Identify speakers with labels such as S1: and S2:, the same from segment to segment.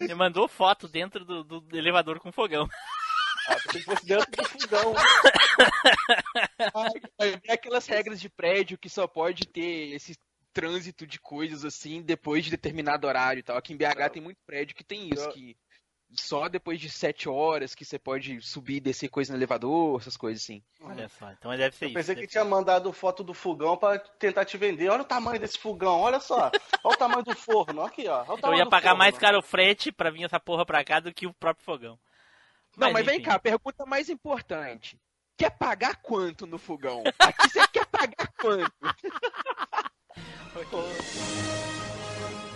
S1: Ele mandou foto dentro do, do elevador com fogão.
S2: Ah, pensei que fosse dentro do fogão. Ai, é aquelas regras de prédio que só pode ter esse trânsito de coisas assim depois de determinado horário e tal. Aqui em BH tem muito prédio que tem isso, que só depois de sete horas que você pode subir e descer coisa no elevador, essas coisas assim.
S1: Olha só, então deve ser
S3: Eu
S1: isso.
S3: pensei
S1: deve
S3: que tinha mandado foto do fogão pra tentar te vender. Olha o tamanho desse fogão, olha só. Olha o tamanho do forno, aqui, ó. Olha o
S1: Então Eu
S3: tamanho
S1: ia
S3: do
S1: pagar
S3: forno.
S1: mais caro o frete pra vir essa porra pra cá do que o próprio fogão.
S2: Não, mas, vem
S1: enfim.
S2: cá, a pergunta mais importante. Quer pagar quanto no fogão? Aqui você quer pagar quanto?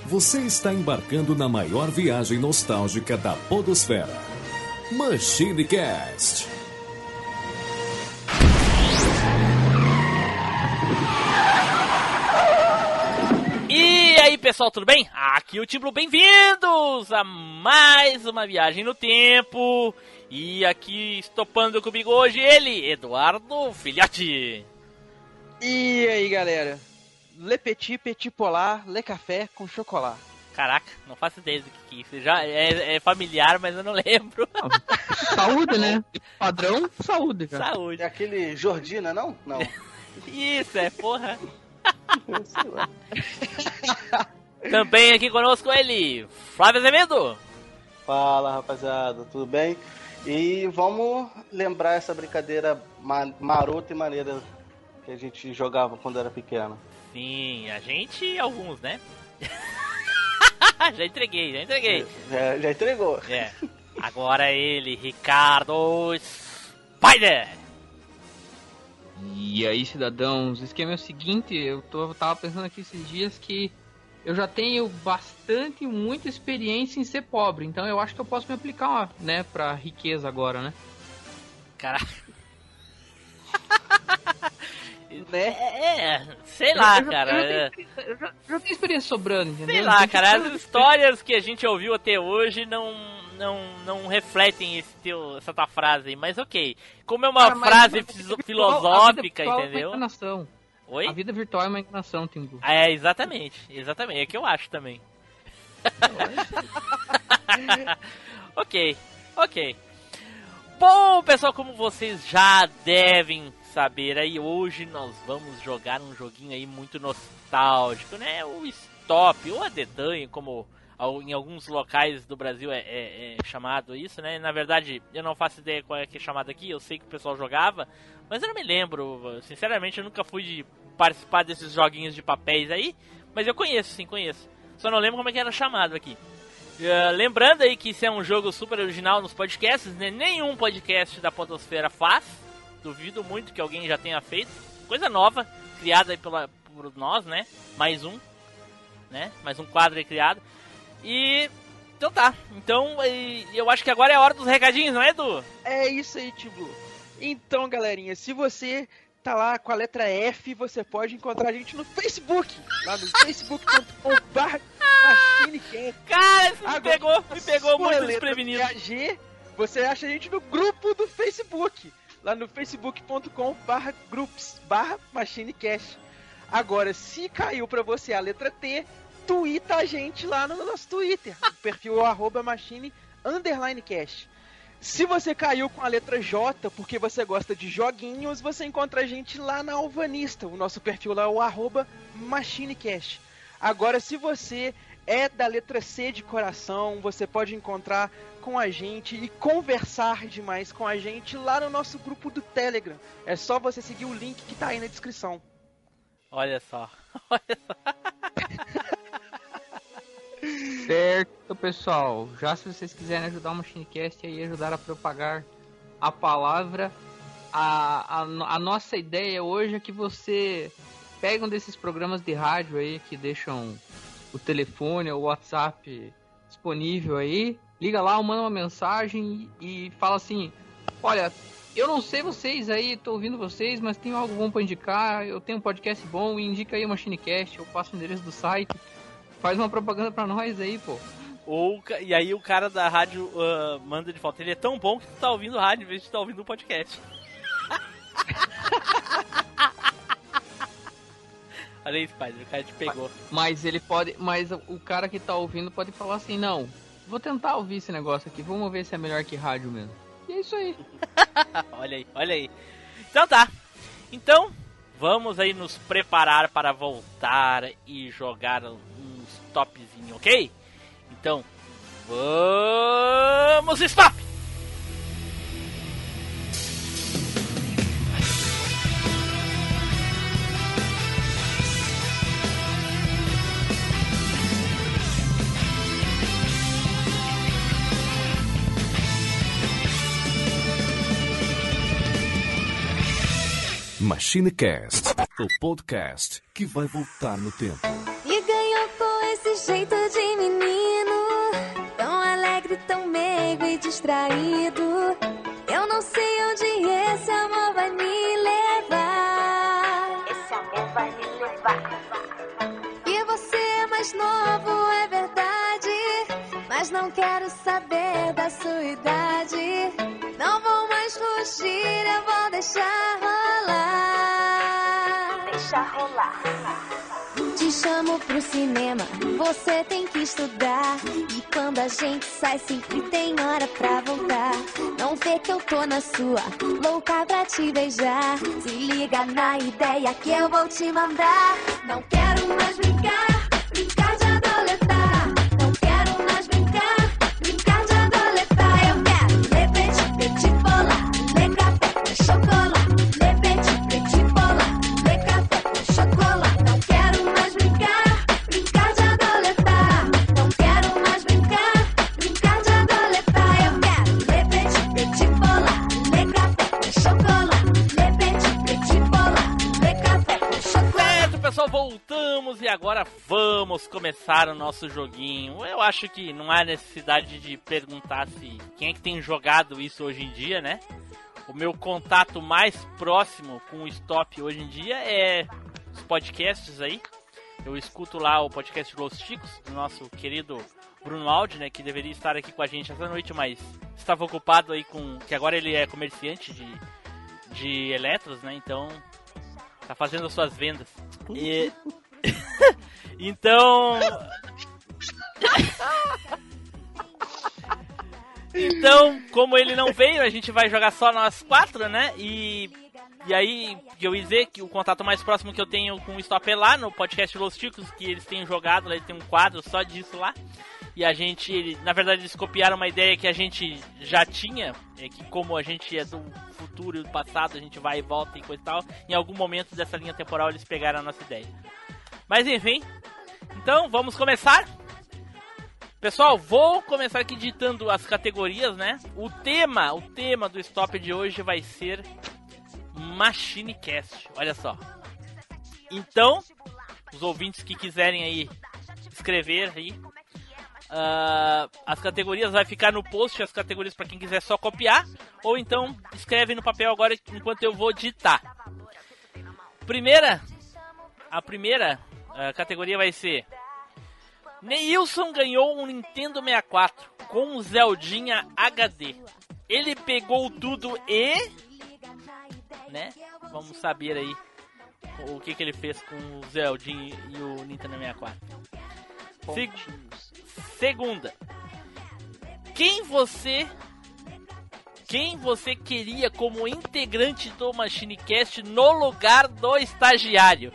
S4: Você está embarcando na maior viagem nostálgica da Podosfera. Machine Cast.
S1: E aí, pessoal, tudo bem? Aqui é o Timbro, bem-vindos a mais uma viagem no tempo. E aqui, estopando comigo hoje, ele, Eduardo Filhote.
S2: E aí, galera? Le petit, petit polar, le café com chocolate.
S1: Caraca, não faço ideia do que que é isso. Já é, é familiar, mas eu não lembro.
S5: Saúde, né? Padrão, saúde, cara.
S3: É
S1: Saúde.
S3: aquele Jordi, não é não? Não.
S1: Isso, é porra.
S3: Sei lá.
S1: Também aqui conosco ele, Flávio Azevedo.
S3: Fala, rapaziada, tudo bem? E vamos lembrar essa brincadeira ma- marota e maneira que a gente jogava quando era pequena.
S1: Sim, a gente e alguns, né? já entreguei, já entreguei.
S3: Já, já entregou.
S1: É. Agora ele, Ricardo Spider.
S5: E aí, cidadãos, o esquema é o seguinte, eu, tô, eu tava pensando aqui esses dias que eu já tenho bastante, muita experiência em ser pobre, então eu acho que eu posso me aplicar, ó, né, pra riqueza agora, né?
S1: Caraca.
S2: Né?
S1: É, é, sei lá,
S5: Eu já- Eu já, tenho,
S1: cara. é.
S5: experiência- eu já, já tenho experiência sobrando, entendeu?
S1: Sei lá,
S5: Então,
S1: cara.
S5: tipo,
S1: As histórias que a gente ouviu até hoje não não não refletem esse teu, essa tua frase, aí, mas ok. Como é uma
S5: cara, mas
S1: frase
S5: a vida
S1: fiso-
S5: virtual- a vida
S1: filosófica,
S5: virtual é uma
S1: entendeu?
S5: enganação.
S1: Oi?
S5: A vida virtual é uma enganação, Tingu.
S1: Ah, É, exatamente, exatamente, é o que eu acho também. ok, ok. Bom, pessoal, como vocês já devem saber aí, hoje nós vamos jogar um joguinho aí muito nostálgico, né? O Stop, ou a Dedanha, como al- em alguns locais do Brasil é, é- é chamado isso, né? Na verdade, eu não faço ideia qual é que é chamado aqui, eu sei que o pessoal jogava, mas eu não me lembro, sinceramente, eu nunca fui de participar desses joguinhos de papéis aí, mas eu conheço, sim, conheço. Só não lembro como é que era chamado aqui. Eh, lembrando aí que isso é um jogo super original nos podcasts, né? Nenhum podcast da Podosfera faz. Duvido muito que alguém já tenha feito. Coisa nova, criada aí pela, por nós, né? Mais um. Né? Mais um quadro aí criado. E. Então tá. Então e- eu acho que agora é a hora dos recadinhos, não é, Edu?
S2: É isso aí, Tiblu. Então, galerinha, se você tá lá com a letra F, você pode encontrar a gente no Facebook, lá no facebook.com.br
S1: Cara, isso me
S2: Agora,
S1: pegou, me pegou
S2: Sua
S1: muito
S2: letra
S1: desprevenido.
S2: é a G, você acha a gente no grupo do Facebook, lá no facebook.com barra groups barra machinecash. Agora, se caiu pra você a letra T, tuita a gente lá no nosso Twitter, o perfil é o arroba machine underline cash. Se você caiu com a letra J, porque você gosta de joguinhos, você encontra a gente lá na Alvanista. O nosso perfil lá é o arroba machinecash. Agora, se você é da letra C de coração. Você pode encontrar com a gente e conversar demais com a gente lá no nosso grupo do Telegram. É só você seguir o link que tá aí na descrição.
S1: Olha só.
S5: Certo, pessoal. Já se vocês quiserem ajudar o Machinecast aí, ajudar a propagar a palavra, a, a, no- a nossa ideia hoje é que você pegue um desses programas de rádio aí que deixam o telefone ou o WhatsApp disponível aí, liga lá, manda uma mensagem e, e fala assim: Olha, eu não sei vocês aí, tô ouvindo vocês, mas tem algo bom pra indicar, eu tenho um podcast bom, indica aí o Machinecast, eu passo o endereço do site. Faz uma propaganda pra nós aí, pô.
S1: Ou, o ca- e aí o cara da rádio ah, manda de volta. Ele é tão bom que tu tá ouvindo rádio em vez de tu tá ouvindo um podcast. Olha aí, Spider, o cara te pegou.
S5: Mas ele pode. Mas o cara que tá ouvindo pode falar assim, não. Vou tentar ouvir esse negócio aqui, vamos ver se é melhor que rádio mesmo. E é isso aí.
S1: olha aí, olha aí. Então tá. Então, vamos aí nos preparar para voltar e jogar uns topzinho, ok? Então, vamos stop!
S4: MachineCast, o podcast que vai voltar no tempo.
S6: E ganhou com esse jeito de menino Tão alegre, tão meigo e distraído Eu não sei onde esse amor vai me levar Esse amor vai me levar E você é mais novo, é verdade Mas não quero saber da sua idade Não vou mais fugir, eu vou deixar rolar Deixar rolar te chamo pro cinema, você tem que estudar. E quando a gente sai, sempre tem hora pra voltar. Não vê que eu tô na sua, louca pra te beijar. Se liga na ideia que eu vou te mandar. Não quero mais brincar, brincar de adoletar. Não quero mais brincar, brincar de adoletar. Eu quero ler petit, petit polar, ler café com chocolate. Ler petit, petit polar, ler café com chocolate. Não quero mais brincar, brincar de adoletar. Não quero mais brincar, brincar de adoletar. Eu quero ler petit, petit polar, ler café com chocolate. Ler petit, petit polar, ler café com chocolate.
S1: Certo, pessoal, voltamos e agora vamos começar o nosso joguinho. Eu acho que não há necessidade de perguntar se quem é que tem jogado isso hoje em dia, né? O meu contato mais próximo com o Stop hoje em dia é os podcasts aí. Eu escuto lá o podcast Los Chicos, do nosso querido Bruno Aldi, né? Que deveria estar aqui com a gente essa noite, mas estava ocupado aí com. que agora ele é comerciante de, de eletros, né? Então tá fazendo as suas vendas. E- então. então, como ele não veio, a gente vai jogar só nós quatro, né?
S3: É.
S1: E. E aí, eu ia dizer que o contato mais próximo que eu tenho com o Stop é lá no podcast Los Ticos, que eles têm jogado, lá eles têm um quadro só disso lá. E a gente, ele- na verdade, eles copiaram uma ideia que a gente já tinha, é que como a gente é do futuro e do passado, a gente vai e volta e coisa e tal, em algum momento dessa linha temporal eles pegaram a nossa ideia. Mas enfim, então vamos começar. Pessoal, vou começar aqui ditando as categorias, né? O tema, o tema do stop de hoje vai ser MachineCast. Olha só. Então, os ouvintes que quiserem aí escrever aí ah, as categorias vai ficar no post, as categorias para quem quiser só copiar, ou então escreve no papel agora enquanto eu vou ditar. Primeira, a primeira ah, categoria vai ser Neilson ganhou um Nintendo 64 com um Zeldinha HD. Ele pegou tudo e, né? Vamos saber aí o que, que ele fez com o Zeldinha e o Nintendo 64. Seg- Segunda. Quem você quem você queria como integrante do Machinecast no lugar do estagiário?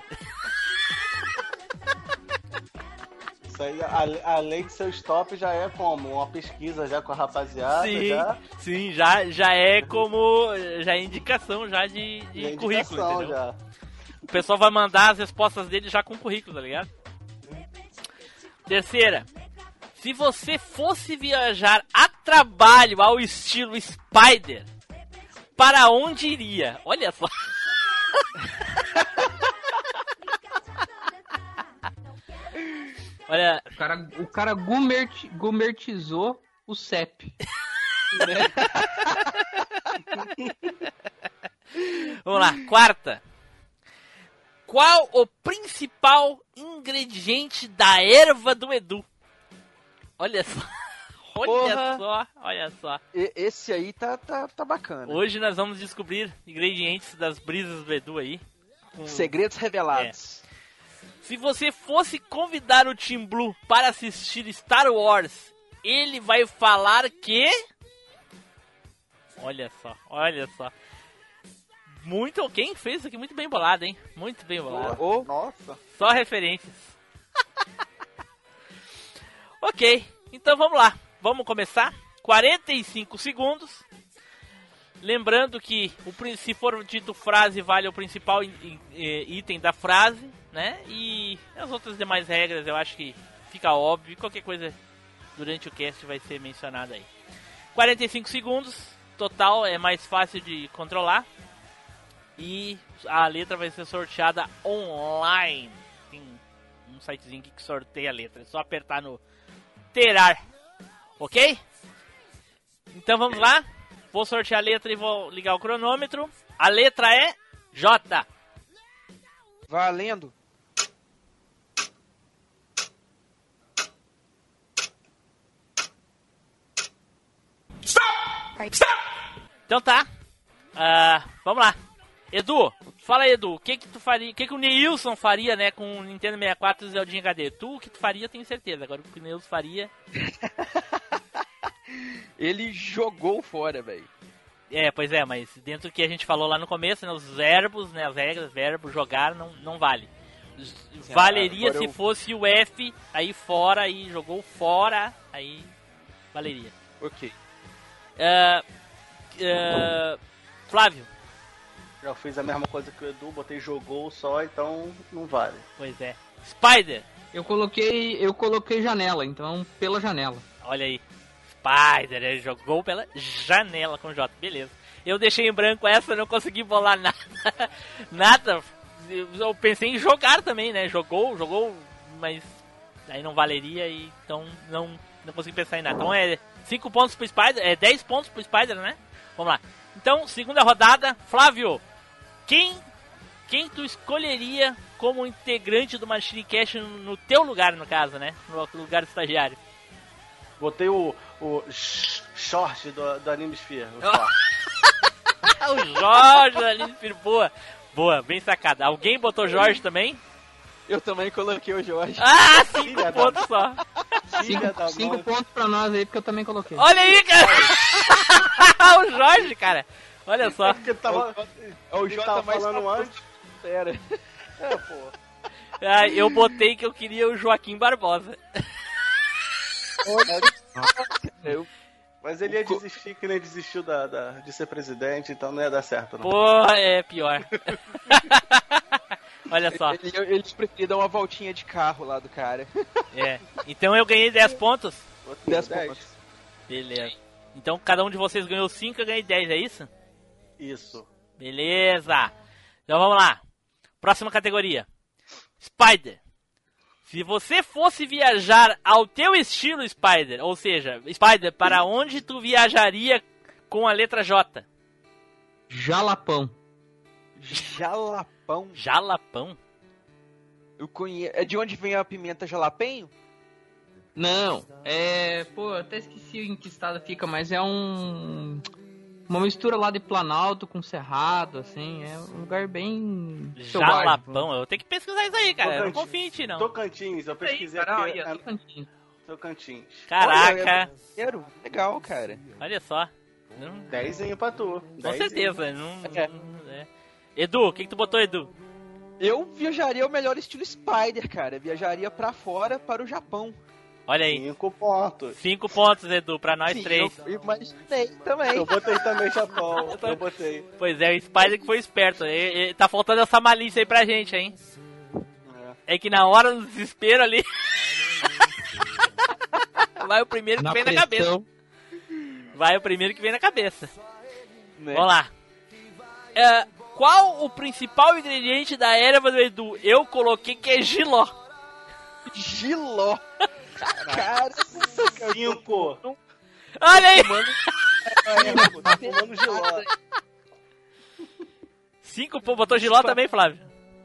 S3: Isso aí, ale- além de seu stop, já é como? Uma pesquisa já com a rapaziada.
S1: sim,
S3: já,
S1: sim, já já é como já é indicação já de, de
S3: e a
S1: currículo,
S3: é indicação
S1: entendeu?
S3: já.
S1: O pessoal vai mandar as respostas dele já com currículo, tá ligado? Terceira. Se você fosse viajar a trabalho ao estilo Spider, para onde iria? Olha só. Olha,
S5: O cara, o cara gumert, gumertizou o CEP.
S1: Vamos lá, quarta. Qual o principal ingrediente da erva do Edu? Olha só. Olha
S2: Porra.
S1: só, olha só.
S2: E- esse aí tá, tá, tá bacana.
S1: Hoje nós vamos descobrir ingredientes das brisas do Edu aí. Com-
S2: Segredos revelados.
S1: Se você fosse convidar o Tim Blue para assistir Star Wars ele vai falar que. Olha só, olha só. Muito. Quem fez isso aqui muito bem bolado, hein? Muito bem bolado.
S2: Ou
S3: Nossa.
S1: Só referências. ok, então vamos lá. Vamos começar. 45 segundos. Lembrando que o, prin- se for dito frase, vale o principal i- i- eh, item da frase, né? E as outras demais regras eu acho que fica óbvio. Qualquer coisa durante o cast vai ser mencionada aí. 45 segundos, total, é mais fácil de controlar. E a letra vai ser sorteada online. Tem um sitezinho aqui que sorteia a letra. É só apertar no terar. Ok? Então vamos lá. Vou sortear a letra e vou ligar o cronômetro. A letra é J.
S2: valendo.
S1: Então tá. Ah, vamos lá. Edu, fala aí, Edu, o que que tu faria, o que que o Neilson faria, né, com o Nintendo 64 e o Zeldinha HD? Tu, o que tu faria, eu tenho certeza. Agora, o que o Neilson faria...
S2: Ele jogou fora, velho.
S1: É, pois é, mas dentro do que a gente falou lá no começo, né, os verbos, né, as regras, verbo, jogar, não, não vale. Z- Valeria
S2: agora
S1: se
S2: eu-
S1: fosse o F, aí fora, aí jogou fora, aí valeria.
S2: Ok.
S1: Ah, ah, Flávio,
S3: Já fiz a mesma coisa que o Edu, botei jogou só, então não vale.
S1: pois é. Spider,
S5: Eu coloquei, eu coloquei janela, então pela janela.
S1: Olha aí. Spider, ele jogou pela janela com o J. Beleza. Eu deixei em branco essa, não consegui bolar nada. nada. Eu eu pensei em jogar também, né? Jogou, jogou, mas aí não valeria, e então não, não consegui pensar em nada. Então é 5 pontos pro Spider, é 10 pontos pro Spider, né? Vamos lá. Então, segunda rodada, Flávio, quem quem tu escolheria como integrante do Machine Cash no teu lugar, no caso, né? No lugar do estagiário?
S3: Botei o, o sh- short do, do Anime Sphere. o
S1: Ah.
S3: short.
S1: Ah, o Jorge ali, filho, boa. Boa, bem sacada. Alguém botou Jorge também?
S2: Eu também coloquei o Jorge.
S1: Ah, cinco
S3: Filha da-
S1: pontos só.
S3: Filha da
S5: Cinco, cinco
S3: mãe.
S5: pontos pra nós aí, porque eu também coloquei.
S1: Olha aí, cara. o Jorge, cara. Olha só.
S3: Porque tava,
S2: É o
S3: ele
S2: Jota
S3: tava
S2: mais
S3: falando
S2: famoso.
S3: antes.
S2: Pera.
S3: É, pô.
S1: Ah, eu botei que eu queria o Joaquim Barbosa.
S3: Mas ele ia desistir que nem desistiu da, da- de ser presidente, então não ia dar certo, não.
S1: Pô, é pior. Olha só.
S2: Ele, eles preferiam dar uma voltinha de carro lá do cara.
S1: É. Então eu ganhei 10 pontos.
S3: Outro
S2: Dez
S3: dez.
S2: pontos.
S1: Beleza. Então cada um de vocês ganhou 5, eu ganhei 10, é isso?
S3: Isso.
S1: Beleza! Então vamos lá. Próxima categoria. Spider. Se você fosse viajar ao teu estilo, Spider, ou seja, Spider, para onde tu viajaria com a letra J?
S5: Jalapão.
S2: Jalapão.
S1: Jalapão?
S2: Eu conheço. É de onde vem a pimenta jalapenho?
S5: Não, é. Pô, eu até esqueci em que estado fica, mas é um. Uma mistura lá de Planalto com Cerrado, assim. É um lugar bem. selvagem.
S1: Jalapão? Eu vou ter que pesquisar isso aí, cara. Eu não confio em ti, não.
S3: Tocantins, eu
S5: Isso aí,
S3: pesquisei
S5: cara,
S3: aqui.
S5: olha,
S3: é,
S5: Tocantins.
S3: Tocantins.
S1: Caraca,
S2: Quero. Legal, cara.
S1: olha só. Não-
S3: 10 em empatou.
S1: com
S3: Dez
S1: certeza. Não, não- é. Edu, o que, que tu botou, Edu?
S2: Eu viajaria ao melhor estilo Spider, cara. Viajaria pra fora, para o Japão.
S1: Olha
S3: em
S1: aí.
S3: Cinco pontos.
S1: Cinco pontos, Edu, pra nós
S2: Sim,
S1: três.
S2: Eu imaginei também.
S3: Eu botei também Japão. Eu botei.
S1: Pois é, o Spider que foi esperto. E- e- tá faltando essa malícia aí pra gente, hein? É que na hora do desespero ali. Vai o primeiro que
S5: Na
S1: vem na cabeça.
S5: pressão.
S1: Vai o primeiro que vem na cabeça.
S2: Né?
S1: Vamos lá. É, qual o principal ingrediente da erva do Edu? Eu coloquei que é giló.
S2: Giló. Cara,
S3: Cinco.
S1: Olha aí!
S3: Cinco. Tá fumando giló.
S1: Cinco, pô, botou giló também, Flávio.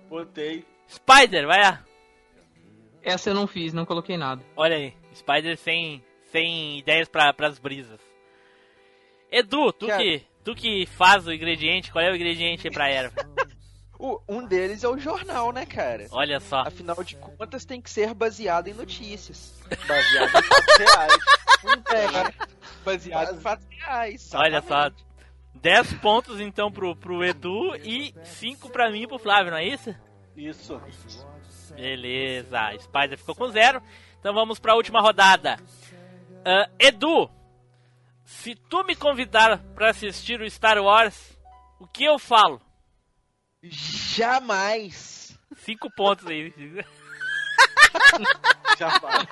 S3: Botei.
S1: Spider, vai lá.
S5: Essa eu não fiz, não coloquei nada.
S1: Olha aí, Spider sem, sem ideias pra, pras brisas. Edu, tu
S2: Cara.
S1: que, tu que faz o ingrediente, qual é o ingrediente aí pra erva?
S2: o- um deles é o jornal, né, cara?
S1: Olha só.
S2: Afinal de contas, tem que ser baseado em notícias.
S3: Baseado em fatos reais.
S2: É, Baseado em fatos reais.
S1: Olha só.
S2: exatamente.
S1: 10 pontos então pro, pro Edu e 5 pra mim e pro Flávio, não é isso?
S3: Isso.
S1: Beleza, a Spider ficou com zero. Então vamos pra última rodada. Ah, Edu, se tu me convidar pra assistir o Star Wars, o que eu falo?
S2: Jamais.
S1: Cinco pontos aí.
S3: Já vai.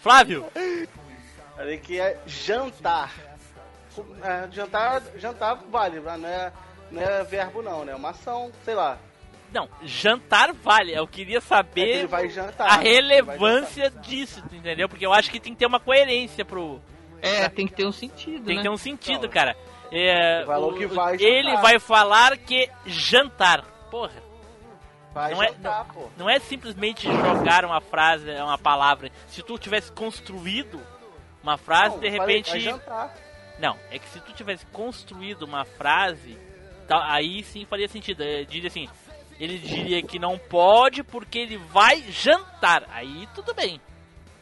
S1: Flávio,
S3: Falei que é jantar. É, jantar, jantar vale, mas não é, não é verbo não, né? É uma ação, sei lá.
S1: não, jantar vale. Eu queria
S3: É que ele
S1: saber
S3: vai jantar.
S1: a
S3: Ele vai jantar.
S1: relevância disso, tu entendeu? Porque eu acho que tem que ter uma coerência pro.
S5: É, tem que ter um sentido,
S1: Tem que
S5: né?
S1: ter um sentido, cara. É,
S3: Ele falou
S1: o-
S3: que vai
S1: ele
S3: jantar.
S1: vai falar que jantar. Porra.
S3: Vai
S1: não é-
S3: jantar, pô.
S1: Não é simplesmente jogar uma frase, uma palavra. Se tu tivesse construído uma frase,
S3: Não,
S1: de
S3: eu falei,
S1: repente.
S3: Vai jantar.
S1: Não, é que se tu tivesse construído uma frase, tá- aí sim faria sentido. Eh, Diria assim, ele diria que não pode porque ele vai jantar. Aí tudo bem.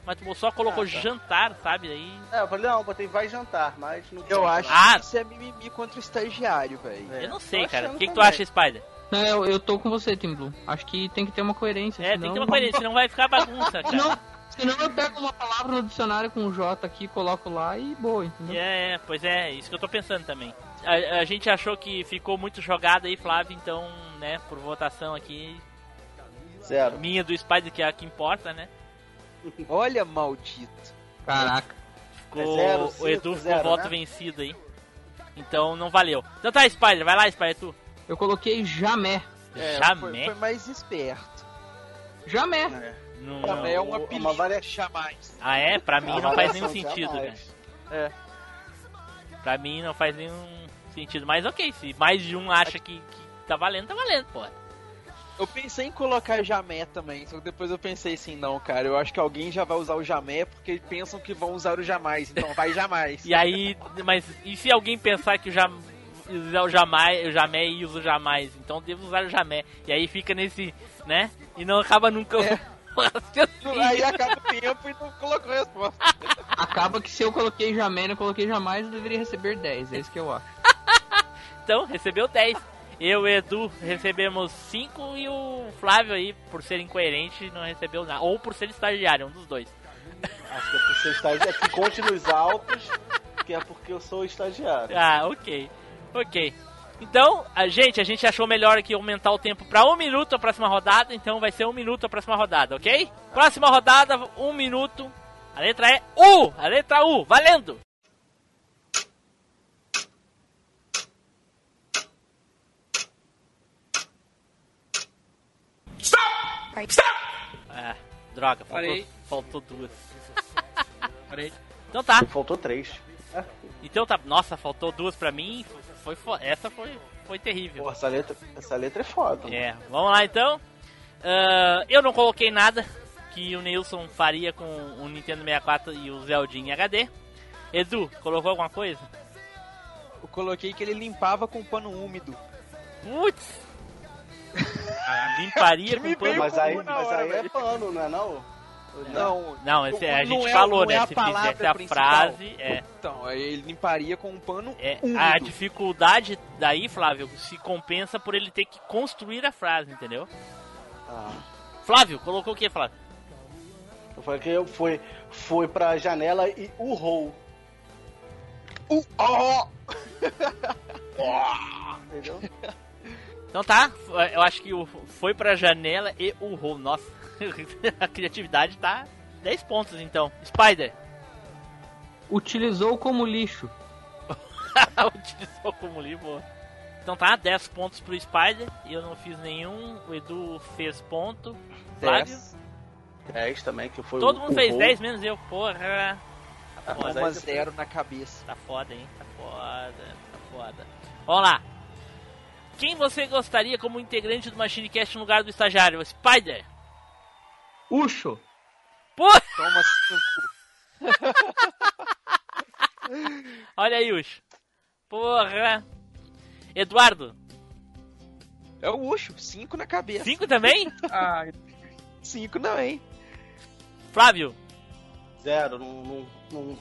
S1: Mas tu só colocou
S3: Ah, tá.
S1: jantar, sabe? Aí.
S3: É, eu falei, não, botei vai jantar, mas não
S2: Eu acho
S1: Ah.
S2: que isso é mimimi contra o estagiário, velho.
S3: É,
S1: eu não
S3: tô
S1: sei, cara. O
S3: achando
S1: que, que tu
S3: também.
S1: acha, Spider?
S5: Não, eu, eu tô com você, Tim Blue. Acho que tem que ter uma coerência.
S1: É, tem que ter uma coerência, senão vai ficar bagunça, cara.
S5: Senão, senão eu pego uma palavra no dicionário com um J aqui, coloco lá e boa, entendeu?
S1: É, é, pois é, isso que eu tô pensando também. A, a gente achou que ficou muito jogado aí, Flávio, então, né, por votação aqui,
S3: Zero.
S1: minha do Spider, que é a que importa, né?
S2: Olha, maldito.
S5: Caraca.
S1: Ficou,
S3: É zero,
S1: o
S3: cinco,
S1: Edu ficou
S3: zero,
S1: voto
S3: né?
S1: vencido aí. Então não valeu. Então tá, Spider, vai lá, Spider, tu.
S5: Eu coloquei jamé.
S2: É,
S1: Jamais.
S2: foi, foi mais esperto.
S5: Jamé.
S1: Não,
S2: Jamé é
S1: não.
S2: um apelido.
S3: Uma varia-
S2: Jamais.
S1: Ah, é? Pra mim não faz nenhum
S3: Avaliação,
S1: sentido, né? cara.
S3: jamais.
S1: Pra mim não faz nenhum sentido. Mas ok, se mais de um acha que, que tá valendo, tá valendo, pô.
S2: Eu pensei em colocar jamé também, só que depois eu pensei assim, não, cara, eu acho que alguém já vai usar o jamé porque pensam que vão usar o jamais, então vai jamais.
S1: E aí, mas e se alguém pensar que o jam, usar o jamais, o jamais e usa o jamais, então devo usar o jamais. E aí fica nesse, né? E não acaba nunca. o
S3: É.
S2: Aí
S1: raciocínio.
S2: acaba o tempo e não colocou a resposta.
S5: Acaba que se eu coloquei jamé e não coloquei jamais, eu deveria receber 10. É isso que eu acho.
S1: Então, recebeu 10. Eu e Edu recebemos 5 e o Flávio aí, por ser incoerente, não recebeu nada. Ou por ser estagiário, um dos dois.
S3: Acho que é por ser estagiário. Aqui conte nos altos, que é porque eu sou estagiário.
S1: Ah, ok. Ok. Então, a gente, a gente achou melhor aqui aumentar o tempo para um minuto a próxima rodada, então vai ser um minuto a próxima rodada, ok? Próxima rodada, um minuto. A letra é U! A letra U, valendo! Ah, droga, faltou,
S2: Parei.
S1: faltou duas.
S2: Parei.
S1: Então tá.
S3: Faltou três.
S1: Então tá, nossa, faltou duas pra mim. Foi, fo- essa foi, foi terrível.
S3: Pô, essa letra, essa letra é foda. mano.
S1: É, vamos lá então. Ah, eu não coloquei nada que o Nilson faria com o Nintendo 64 e o Zeldin em HD. Edu, colocou alguma coisa?
S2: Eu coloquei que ele limpava com um pano úmido.
S1: Putz! Limparia com
S2: me
S1: pano.
S2: veio-
S3: Mas aí,
S2: Como na
S3: mas
S2: hora,
S3: aí é
S2: velho.
S3: pano, não é não?
S2: Não,
S1: né? Não, esse- a
S2: Não
S1: gente
S2: é-
S1: falou,
S2: não
S1: né?
S2: é a
S1: Se
S2: palavra
S1: fizesse a
S2: principal.
S1: frase, é,
S2: então, aí ele limparia com um pano
S1: é,
S2: úmido.
S1: a dificuldade daí, Flávio, se compensa por ele ter que construir a frase, entendeu?
S3: Ah,
S1: Flávio, colocou o que, Flávio?
S3: eu falei que eu fui, fui pra janela e urrou.
S2: Uh, ó!
S3: Entendeu?
S1: Então tá, eu acho que o foi pra janela e urrou. Nossa, a criatividade tá 10 pontos então. Spider,
S5: Utilizou como lixo.
S1: utilizou como um livro. Então tá, 10 pontos pro Spider. Eu não fiz nenhum. O Edu fez ponto. Flávio,
S2: Dez.
S3: 10 É também, que foi
S1: todo
S3: o-
S1: mundo
S3: o
S1: fez
S3: gol.
S1: 10, menos eu. Porra, tá
S3: mas
S1: foda.
S3: aí
S2: Uma zero na cabeça.
S1: Tá foda, hein? Tá foda, tá foda. Vamos lá. Quem você gostaria como integrante do Machine Cast no lugar do estagiário? Spider!
S5: Ucho.
S1: Porra!
S2: Toma cinco.
S1: Olha aí, Ucho. Porra. Eduardo,
S2: É o Ucho, cinco na cabeça.
S1: cinco também?
S2: Ah, cinco não, hein?
S1: Flávio,
S3: Zero, não, não, não,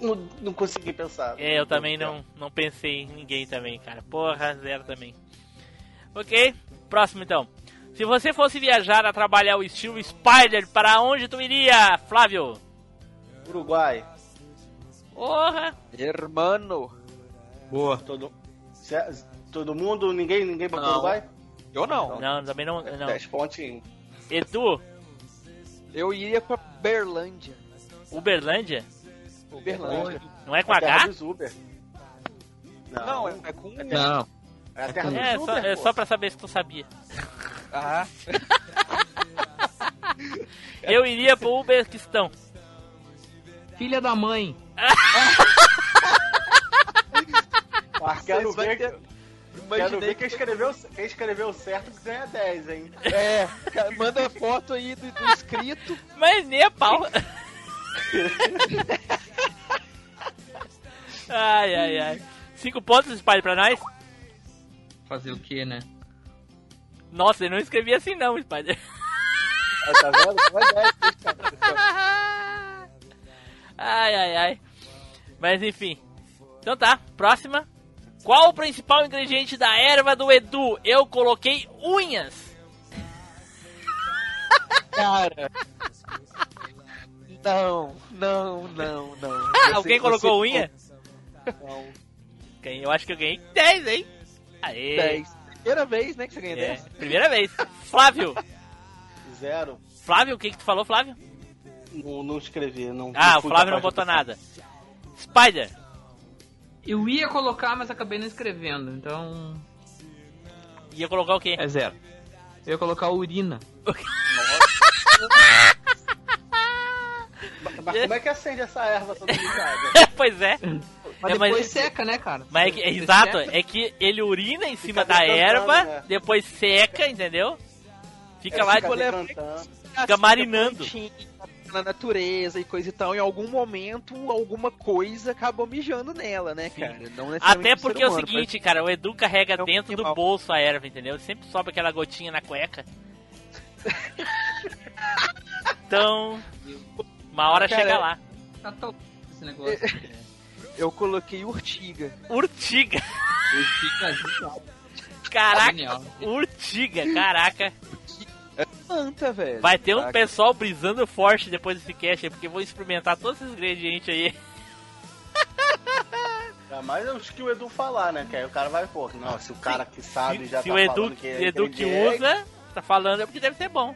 S3: não, não consegui pensar.
S1: É, eu também não, não pensei em ninguém também, cara. Porra, zero também. Ok, próximo então. Se você fosse viajar a trabalhar o estilo Spider, para onde tu iria, Flávio?
S3: Uruguai.
S1: Porra!
S2: Hermano.
S5: Boa.
S3: Todo, cê- todo mundo, ninguém, ninguém botou
S2: Não.
S3: Uruguai?
S2: Eu
S3: Então,
S2: não.
S1: Não, também não. é não.
S3: 10 pontinhos.
S1: Edu,
S2: Eu iria pra Berlândia.
S1: Uberlândia?
S2: Berlândia.
S1: Não é com
S3: a terra
S1: H?
S3: dos Uber. Não,
S2: Não, é, é com...
S5: Não,
S3: é a terra dos
S1: É,
S3: Uber.
S1: só, é
S3: pô.
S1: só pra saber se tu sabia.
S2: Ah,
S1: Eu iria pro Uzbequistão.
S5: filha da mãe.
S3: Ah, quero
S2: Vocês vão
S3: ver,
S2: ter-
S3: quero ver
S2: imaginei
S3: quem,
S2: que...
S3: escreveu, quem escreveu certo que ganha 10, hein?
S2: É, cara, manda foto aí do, do escrito.
S1: Mas nem a pau. ai, ai, ai. Cinco pontos, Spider, pra nós?
S5: Fazer o quê, né?
S1: Nossa, eu não escrevi assim não, Spider.
S3: É, tá vendo? Só é 10, hein, cara?
S1: Ai, ai, ai. Mas enfim. Então tá, próxima. Qual o principal ingrediente da erva do Edu? Eu coloquei unhas.
S2: Cara. Não, não, não, não.
S1: Alguém
S2: Você-
S1: colocou
S2: você-
S1: unha?
S2: Não.
S1: Ganhei- Eu acho que eu ganhei 10, hein? Aê!
S2: 10. Primeira vez, né, que você ganha
S1: É,
S2: 10.
S1: primeira vez. Flávio.
S3: Zero.
S1: Flávio, o que que tu falou, Flávio?
S3: Não, não escrevi. Não,
S1: Ah,
S3: não
S1: o
S3: fui
S1: Flávio não
S3: capaz de
S1: botou
S3: pensar.
S1: nada. Spider.
S5: Eu ia colocar, mas acabei não escrevendo, então.
S1: Ia colocar o quê?
S5: É zero. Eu ia colocar urina.
S3: Mas como é que acende essa erva toda ligada?
S1: pois é.
S5: Mas
S1: É, mas-
S5: depois seca, né, cara?
S1: Mas é que- é
S5: Você
S1: exato,
S5: seca,
S1: é que ele urina em cima
S3: Fica
S1: da
S3: decantando,
S1: erva,
S3: né?
S1: depois seca, entendeu? Fica lá
S3: É,
S1: tipo,
S3: Fica
S1: de
S3: decantando.
S1: Fica marinando.
S2: Assim, Na natureza e coisa e tal. Em algum momento, alguma coisa acabou mijando nela, né, cara? Não necessariamente
S1: Até
S2: um ser
S1: porque é o
S2: humano, mas-
S1: seguinte, cara, o Edu carrega
S2: É um
S1: dentro do
S2: animal.
S1: bolso a erva, entendeu? Sempre sobe aquela gotinha na cueca. então, uma hora
S2: Cara,
S1: chega lá.
S5: Tá tão esse negócio.
S2: Eu coloquei urtiga.
S1: Urtiga.
S5: Fica genial,
S1: Caraca,
S5: genial.
S1: urtiga, caraca.
S2: Manta, velho.
S1: Vai ter um
S3: Tá,
S2: Saca?
S1: pessoal brisando forte depois desse cast aí, porque eu vou experimentar todos esses ingredientes aí.
S3: Ainda mais é os que o Edu falar, né? Que aí o cara vai, pô, não, se o cara que sabe
S1: se
S3: já
S1: se
S3: tá
S1: o Edu,
S3: falando que é
S1: Edu que
S3: ingrediente,
S1: usa, tá falando é porque deve ser bom.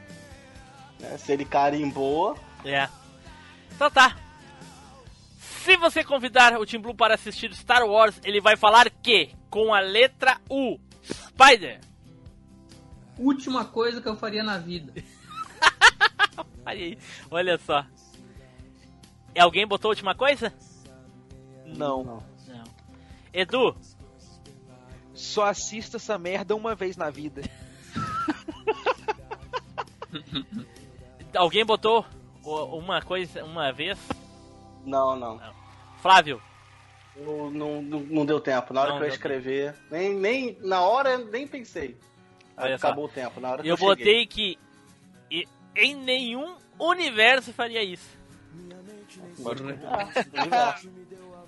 S3: né? Se ele carimbou,
S1: É. Então tá. Se você convidar o Tim Blue para assistir Star Wars, ele vai falar que com a letra U, Spider.
S5: Última coisa que eu faria na vida.
S1: Olha aí, olha só. E alguém botou a última coisa?
S2: Não.
S1: Não. Edu,
S2: Só assista essa merda uma vez na vida.
S1: alguém botou o- uma coisa uma vez?
S3: não, não.
S1: Flávio,
S3: Eu não, não, não deu tempo. Na hora
S1: Não
S3: que eu ia
S1: deu
S3: escrever, nem, nem, na hora eu nem pensei. Aí
S1: Olha só.
S3: acabou o tempo, na hora que eu,
S1: eu
S3: cheguei.
S1: botei que e- em nenhum universo faria isso.
S3: botei...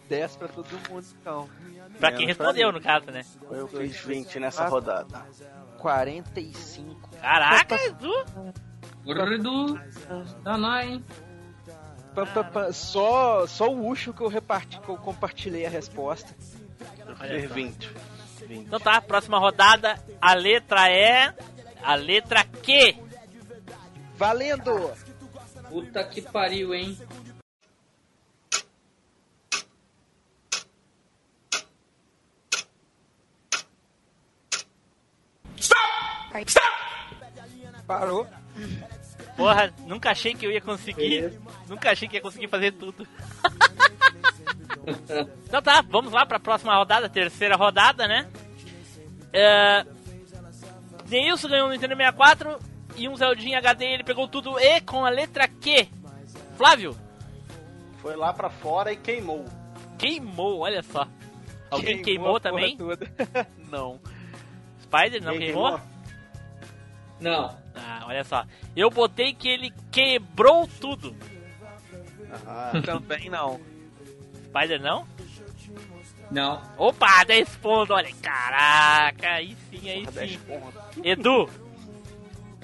S2: 10 pra todo mundo, então.
S1: Pra quem
S3: Menos pra
S1: respondeu,
S3: mim.
S1: no caso, né?
S3: Eu fiz 20
S1: Ah,
S3: nessa
S1: tá.
S3: rodada.
S2: 45.
S3: Tá,
S1: Caraca, Edu!
S5: Gordo. Daná, hein?
S2: Pá, pá, pá. Só, só o Ucho que eu, reparti, que eu compartilhei a resposta.
S3: Eu fiz 20.
S1: Então tá, próxima rodada, a letra é. A letra Q.
S2: Valendo!
S5: Puta que pariu, hein?
S2: Parou.
S1: Porra, nunca achei que eu ia conseguir. Nunca achei que ia conseguir fazer tudo. então tá, vamos lá pra próxima rodada, terceira rodada, né? É, Neilson ganhou um Nintendo 64 e um Zeldinha HD, ele pegou tudo E com a letra Q. Flávio,
S3: Foi lá pra fora e queimou.
S1: queimou, olha só. Alguém queimou,
S2: a porra
S1: também?
S2: toda. Não.
S1: Spider não
S3: Quem
S1: queimou?
S5: Não.
S1: Ah, olha só. Eu botei que ele quebrou tudo.
S3: Ah,
S2: Também não.
S1: Spider não?
S5: Não.
S1: Opa, 10 pontos, olha. Caraca, aí sim, aí
S2: Porra, 10
S1: sim.
S2: pontos.
S1: Edu,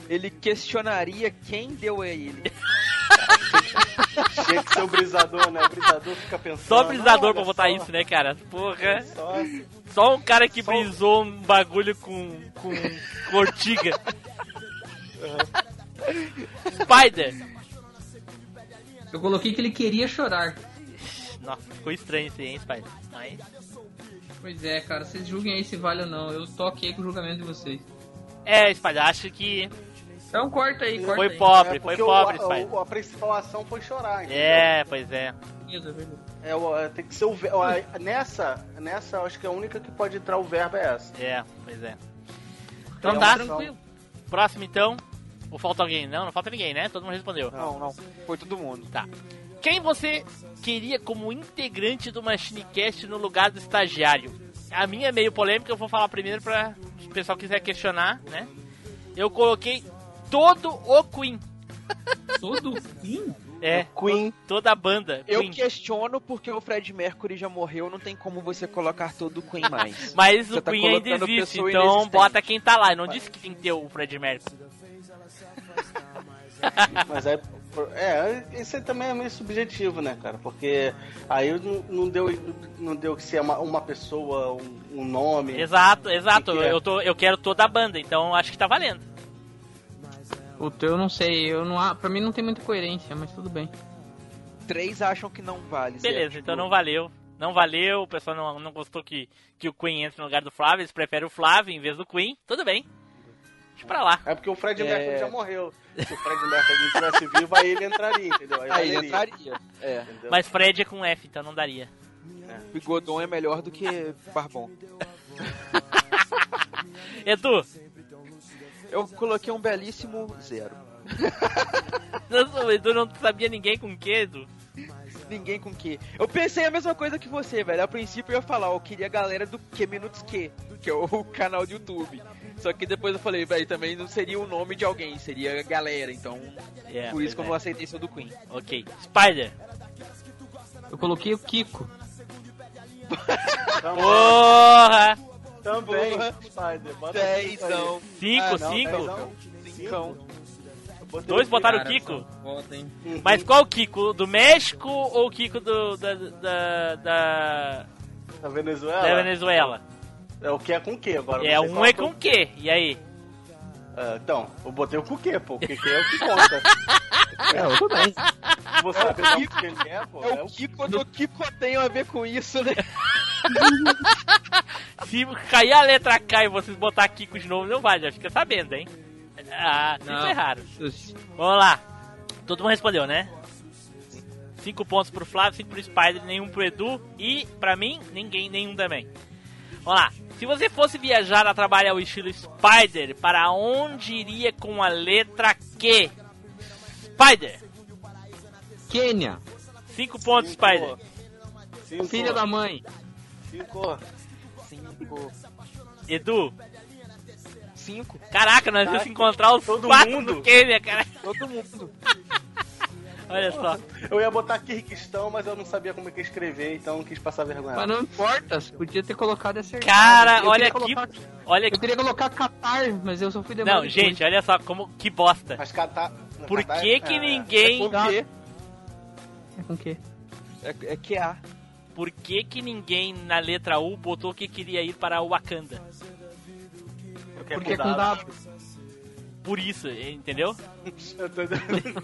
S2: Ele questionaria quem deu a ele.
S3: tinha que ser o brisador, né? O brisador fica pensando.
S1: só brisador
S3: olha
S1: pra botar
S3: só,
S1: isso, né, cara? Porra.
S3: Só,
S1: Só um cara que
S3: Só-
S1: brisou um bagulho com, com cortiga. Spider.
S5: Eu coloquei que ele queria chorar.
S1: Nossa, ficou estranho isso aí, hein, Spider? Mas-
S5: Pois é, cara, vocês julguem aí se vale ou não. Eu tô ok com o julgamento de vocês.
S1: É, Spider, acho que
S5: Então corta aí, corta
S1: foi
S5: aí.
S1: pobre, foi
S3: é, porque o-
S1: pobre,
S3: a-
S1: Spider.
S3: o- a principal ação foi chorar, entendeu?
S1: É, pois é.
S5: Beleza, beleza.
S3: É, o- é, tem que ser o verbo. Nessa, nessa, acho que a única que pode entrar o verbo é essa.
S1: É, pois é.
S5: Então
S1: Então
S3: É
S5: tá
S1: tá.
S5: tranquilo.
S1: Próximo então. Ou falta alguém? Não, não falta ninguém, né? Todo mundo respondeu.
S2: Não, não. Foi todo mundo.
S1: Tá. Quem você queria como integrante do Machinecast no lugar do estagiário? A minha é meio polêmica, eu vou falar primeiro pra se o pessoal quiser questionar, né? Eu coloquei todo o Queen.
S5: Todo fim?
S1: É,
S2: Queen.
S1: toda a banda.
S2: Eu
S1: Queen.
S2: questiono porque o Fred Mercury já morreu, não tem como você colocar todo o Queen mais.
S1: Mas
S2: Você
S1: o
S2: tá
S1: Queen ainda
S2: colocando
S1: existe,
S2: pessoa
S1: então
S2: inexistente.
S1: bota quem tá lá. Eu não disse que tem que ter o Fred Mercury.
S3: Mas aí. por- É, isso aí também é meio subjetivo, né, cara? Porque aí não, não deu não deu que ser uma, uma pessoa, um, um nome.
S1: Exato, exato.
S3: que é?
S1: Eu, tô, eu quero toda a banda, então acho que tá valendo.
S5: O teu eu não sei, eu não há. Pra mim não tem muita coerência, mas tudo bem.
S2: Três acham que não vale. Zé.
S1: Beleza,
S2: Tipo,
S1: então não valeu. Não valeu, o pessoal não, não gostou que, que o Queen entre no lugar do Flávio, eles preferem o Flávio em vez do Queen. Tudo bem. Deixa pra lá.
S3: É porque o Fred
S2: É.
S3: Mercury já morreu. Se o Fred Mercury não estivesse vivo, aí ele entraria, entendeu? Aí,
S2: Aí
S3: valeria,
S2: entraria. É.
S3: entendeu?
S1: Mas Fred é com F, então não daria.
S2: Bigodon é melhor do que Barbon.
S1: Edu,
S2: Eu coloquei um belíssimo zero.
S1: o Edu não sabia ninguém com que, Edu.
S2: Ninguém com que. Eu pensei a mesma coisa que você, velho. A princípio eu ia falar, eu queria a galera do Q Minutos Q, que é o canal do YouTube. Só que depois eu falei, velho, também não seria o nome de alguém, seria a galera. Então,
S1: É,
S2: por isso que eu
S1: pois
S2: não aceitei seu do Queen.
S1: é. Ok. Spider.
S5: Eu coloquei o Kiko.
S1: Porra!
S3: Então, Também,
S2: Porra.
S3: Spider, bota
S2: É,
S3: isso aí.
S2: Dezão.
S1: Cinco,
S2: Ah, não,
S1: cinco.
S3: dezão.
S2: Cincão.
S3: Eu botei
S1: Dois
S3: o
S1: botaram
S5: Cara,
S1: o Kiko.
S5: essa foto, hein?
S3: Uhum.
S1: Mas qual o Kiko? O Do México ou o Kiko do, da, da, da,
S3: Da Venezuela?
S1: da Venezuela?
S3: É o que é com o que agora?
S1: É,
S3: Não sei
S1: um
S3: qual
S1: é
S3: que eu-
S1: com que? E aí?
S3: Ah, então, eu botei o com o que, pô. O que que é o que conta.
S5: É, eu também.
S3: Vou saber lá o que ele é, pô.
S2: É o Kiko do Kiko tem a ver com isso, né?
S1: Se cair a letra K e vocês botar Kiko de novo, não vai, já fica tá sabendo, hein? Ah, vocês
S5: Não.
S1: erraram. Vamos lá. Todo mundo respondeu, né? Cinco pontos pro Flávio, cinco pro Spider, nenhum pro Edu e, pra mim, ninguém, nenhum também. Vamos lá. Se você fosse viajar a trabalhar ao estilo Spider, para onde iria com a letra Q? Spider!
S5: Quênia,
S1: Cinco pontos,
S3: Cinco.
S1: Spider.
S3: Cinco.
S5: filha da mãe.
S3: Cinco.
S2: Cinco.
S1: Edu,
S2: Cinco.
S1: caraca, nós
S3: Caraca,
S1: íamos encontrar os
S3: todo
S1: quatro
S3: mundo.
S1: do Kenya, cara.
S2: Todo mundo.
S1: Olha só.
S3: Eu ia botar Kirguistão, mas eu não sabia como é que ia escrever, então quis passar vergonha.
S5: Mas não importa, você podia ter colocado essa
S1: Cara, olha
S5: aqui.
S1: aqui. Olha
S5: Eu
S1: aqui.
S5: queria colocar Qatar, mas eu só fui demorado.
S1: Não, gente, olha só como que bosta.
S3: Mas tá- Catar...
S1: Por
S3: Catar-
S1: que que
S3: Ah,
S1: ninguém,
S2: Com Q.
S5: É com o quê?
S2: É, é QA.
S1: por que que ninguém na letra U botou que queria ir para Wakanda?
S3: Eu quero
S5: Porque é com
S3: mudar.
S5: W.
S1: Por isso, entendeu?
S3: Eu tô entendendo.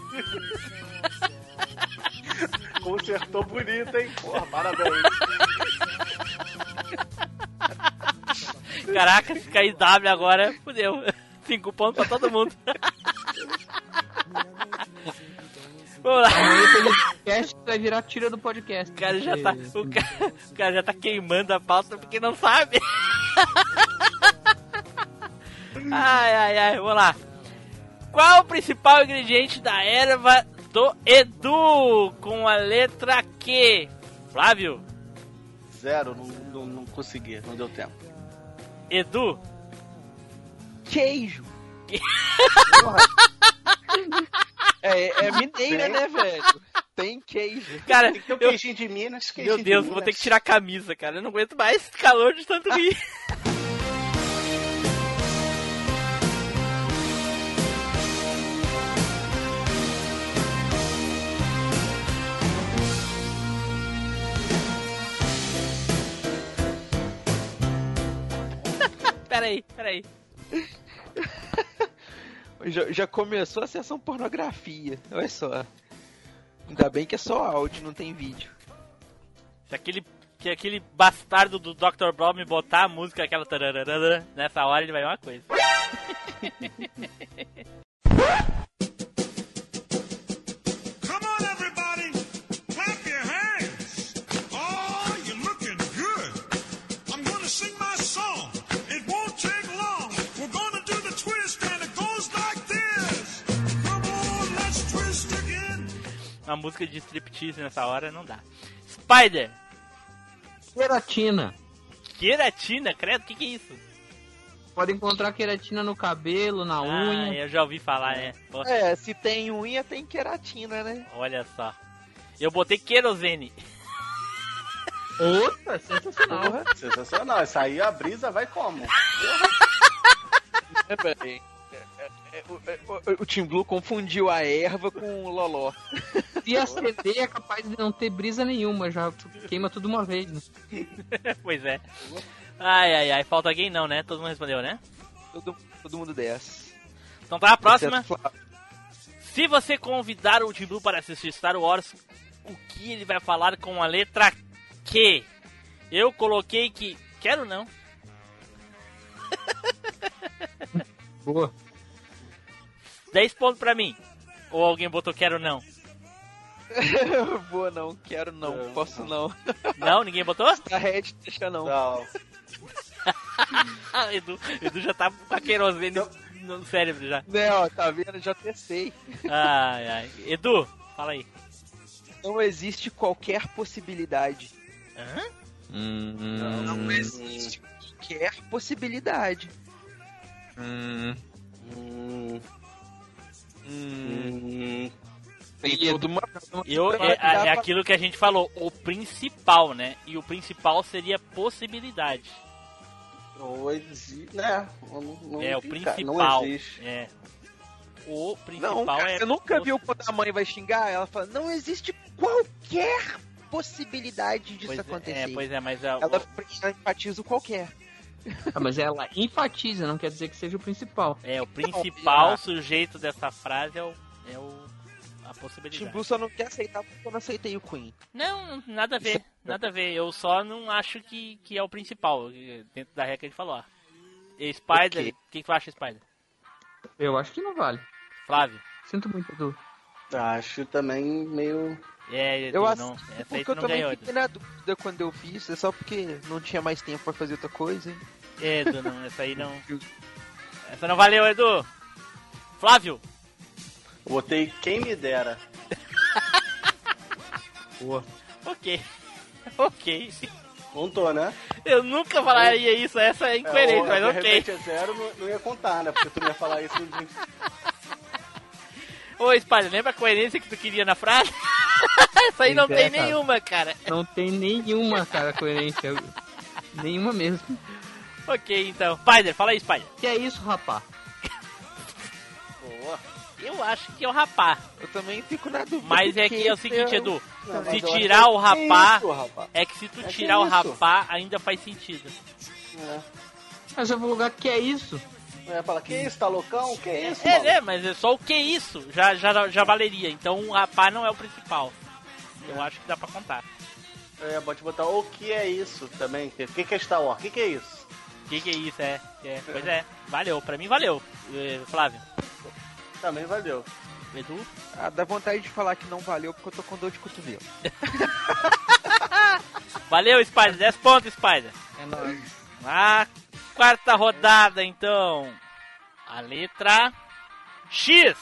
S3: Consertou bonito, hein? Porra, parabéns.
S1: Caraca, se cair W agora, fudeu. Cinco pontos pra todo mundo. Vamos lá.
S5: Amanhã tem podcast vai virar tira do podcast.
S1: O cara já tá, o cara, o cara já tá queimando a pauta porque não sabe. Ai, ai, ai, vamos lá. Qual o principal ingrediente da erva do Edu com a letra Q? Flávio,
S3: Zero, não, não, não consegui, não deu tempo.
S1: Edu,
S2: Queijo. é, é mineira, né, velho? tem queijo.
S1: Cara,
S3: Tem que ter o
S1: eu-
S3: queijinho de Minas, queijinho
S1: meu Deus,
S3: de
S1: vou
S3: Minas.
S1: ter que tirar a camisa, cara. Eu não aguento mais esse calor de tanto rir. peraí, peraí.
S2: Já, já começou a sessão pornografia, olha só. Ainda bem que é só áudio, não tem vídeo.
S1: Se aquele, se aquele bastardo do Dr. Brown me botar a música aquela tarararara, nessa hora ele vai ver uma coisa.
S7: Come on, everybody. Clap your hands. Oh, you're looking good. I'm going to sing my song. It won't take long. We're going to do the twist, and it goes like this. Come on, let's twist again.
S1: Uma música de striptease nessa hora não dá. Spider,
S5: Queratina.
S1: queratina, credo, o que, que é isso?
S5: Pode encontrar queratina no cabelo, na
S1: Ah,
S5: unha.
S1: eu já ouvi falar, né? Pô,
S2: É, se tem unha, tem queratina, né?
S1: Olha só. Eu botei querosene. é.
S5: Outra, sensacional.
S3: Porra, sensacional. Isso aí a brisa vai como?
S2: É, peraí. É, é, é, o- é, o, o Tim Blue confundiu a erva com o loló.
S5: Se acender é capaz de não ter brisa nenhuma, já queima tudo uma vez. né?
S1: pois é. Ai, ai, ai. Falta alguém não, né? Todo mundo respondeu, né?
S2: Todo, todo mundo desce.
S1: Então tá, a próxima.
S2: Exceto Flávio.
S1: Se você convidar o Tim Blue para assistir Star Wars, o que ele vai falar com a letra Q? Eu coloquei que... Quero não.
S5: Boa.
S1: 10 pontos pra mim. Ou alguém botou quero não.
S2: Boa, não, quero não,
S3: Não,
S2: posso não.
S1: Não? Ninguém botou?
S2: A Red deixa não.
S3: Então,
S1: Ah, Edu, Edu já tá com a querosene no cérebro já.
S2: Né, ó, tá vendo? Já testei.
S1: Ai, ai. Edu, fala aí.
S2: Não existe qualquer possibilidade.
S1: Hã?
S8: Hum.
S2: Não
S1: Hum.
S2: existe qualquer possibilidade.
S3: hum,
S2: Hum,
S3: hum,
S2: tem toda uma...
S1: Eu, é, é aquilo que a gente falou, o principal, né? E o principal seria possibilidade.
S3: não existe. Né? Não, não-
S1: é o
S3: cara,
S1: principal.
S3: Não existe.
S1: É. O principal
S2: Não, cara,
S1: é.
S2: você nunca
S1: possi-
S2: viu quando a mãe vai xingar? Ela fala, não existe qualquer possibilidade disso
S1: Pois é,
S2: acontecer.
S1: É, pois é, mas é, o-
S2: Ela ela enfatiza o qualquer.
S5: Ah, mas ela enfatiza, não quer dizer que seja o principal.
S1: é, o principal
S5: ah.
S1: sujeito dessa frase é o. É o a
S2: Tim
S1: possibilidade.
S2: Blue só não quer aceitar porque eu não aceitei o Queen.
S1: Não, nada a ver.
S2: é-
S1: Nada a ver. Eu só não acho que, que é o principal. Dentro da regra que a gente falou. ó. E Spider, o
S2: Ok.
S1: que, que tu acha, Spider?
S5: Eu acho que não vale.
S1: Flávio?
S5: Sinto muito, Edu.
S3: Acho também meio.
S1: É, Edu,
S2: Eu acho
S1: não. Essa aí
S2: porque
S1: tu
S2: eu
S1: não
S2: também
S1: ganhou. Edu.
S2: fiquei na dúvida quando eu vi isso, é só porque não tinha mais tempo pra fazer outra coisa, hein?
S1: É, Edu, não, essa aí não. Essa não valeu, Edu! Flávio!
S3: Botei quem me dera.
S1: Ok. Ok.
S3: Contou, né?
S1: Eu nunca falaria isso, essa é incoerente,
S3: É,
S1: mas
S3: de
S1: ok.
S3: repente é zero, não, não ia contar, né? Porque tu não ia falar isso de
S1: Ô, Spider, lembra a coerência que tu queria na frase? essa aí não
S5: Pois é,
S1: tem
S5: cara.
S1: nenhuma, cara.
S5: Não tem nenhuma, cara, coerência. nenhuma mesmo.
S1: Ok, então. Spider, fala aí, Spider.
S5: Que é isso, rapá?
S3: boa.
S1: Eu acho que é o rapá.
S2: Eu também fico na dúvida.
S1: Mas é
S2: porque
S1: que é o seguinte,
S2: eu-
S1: Edu.
S3: Não, mas
S1: Se
S3: eu acho
S1: tirar
S3: que-
S1: o rapá,
S3: Que isso, rapá?
S1: é que se tu
S3: É que
S1: tirar o
S3: isso.
S1: rapá, ainda faz sentido.
S5: Mas eu vou lugar que é isso.
S3: É. Não ia falar, que isso, tá loucão? Que isso,
S1: É,
S3: maluco?
S1: né? Mas é só o que isso já, já, já valeria. Então o rapá não é o principal. Eu acho que dá pra contar.
S3: É, pode botar o que é isso também. O que, que é Star Wars? O que, que é isso?
S1: O que, que é isso? É, é, pois é. Valeu, pra mim valeu. Eh, Flávio,
S3: Também valeu.
S1: Edu,
S2: Ah, dá vontade de falar que não valeu porque eu tô com dor de cotovelo.
S1: valeu, Spider. 10 pontos, Spider.
S5: É nóis.
S1: Na quarta rodada, então. A letra X.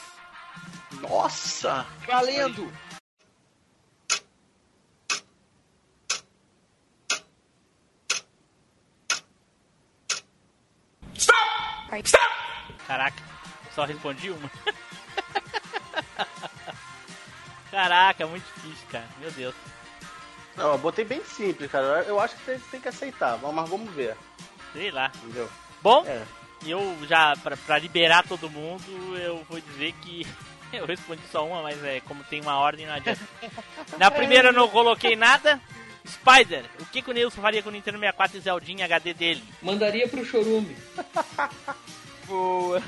S3: Nossa!
S2: Valendo!
S1: Caraca, só respondi uma. Caraca, é muito difícil, cara. Meu Deus.
S3: Não, eu botei bem simples, cara. Eu acho que tem, tem que aceitar, mas vamos ver,
S1: Sei lá.
S3: entendeu?
S1: Bom,
S3: É.
S1: eu já, pra, pra liberar todo mundo, eu vou dizer que eu respondi só uma, mas é como tem uma ordem, não adianta. Na primeira eu não coloquei nada. Spider, o que, que o Nilson faria com o Nintendo 64 e Zeldinha HD dele?
S9: Mandaria pro Chorume.
S2: Boa.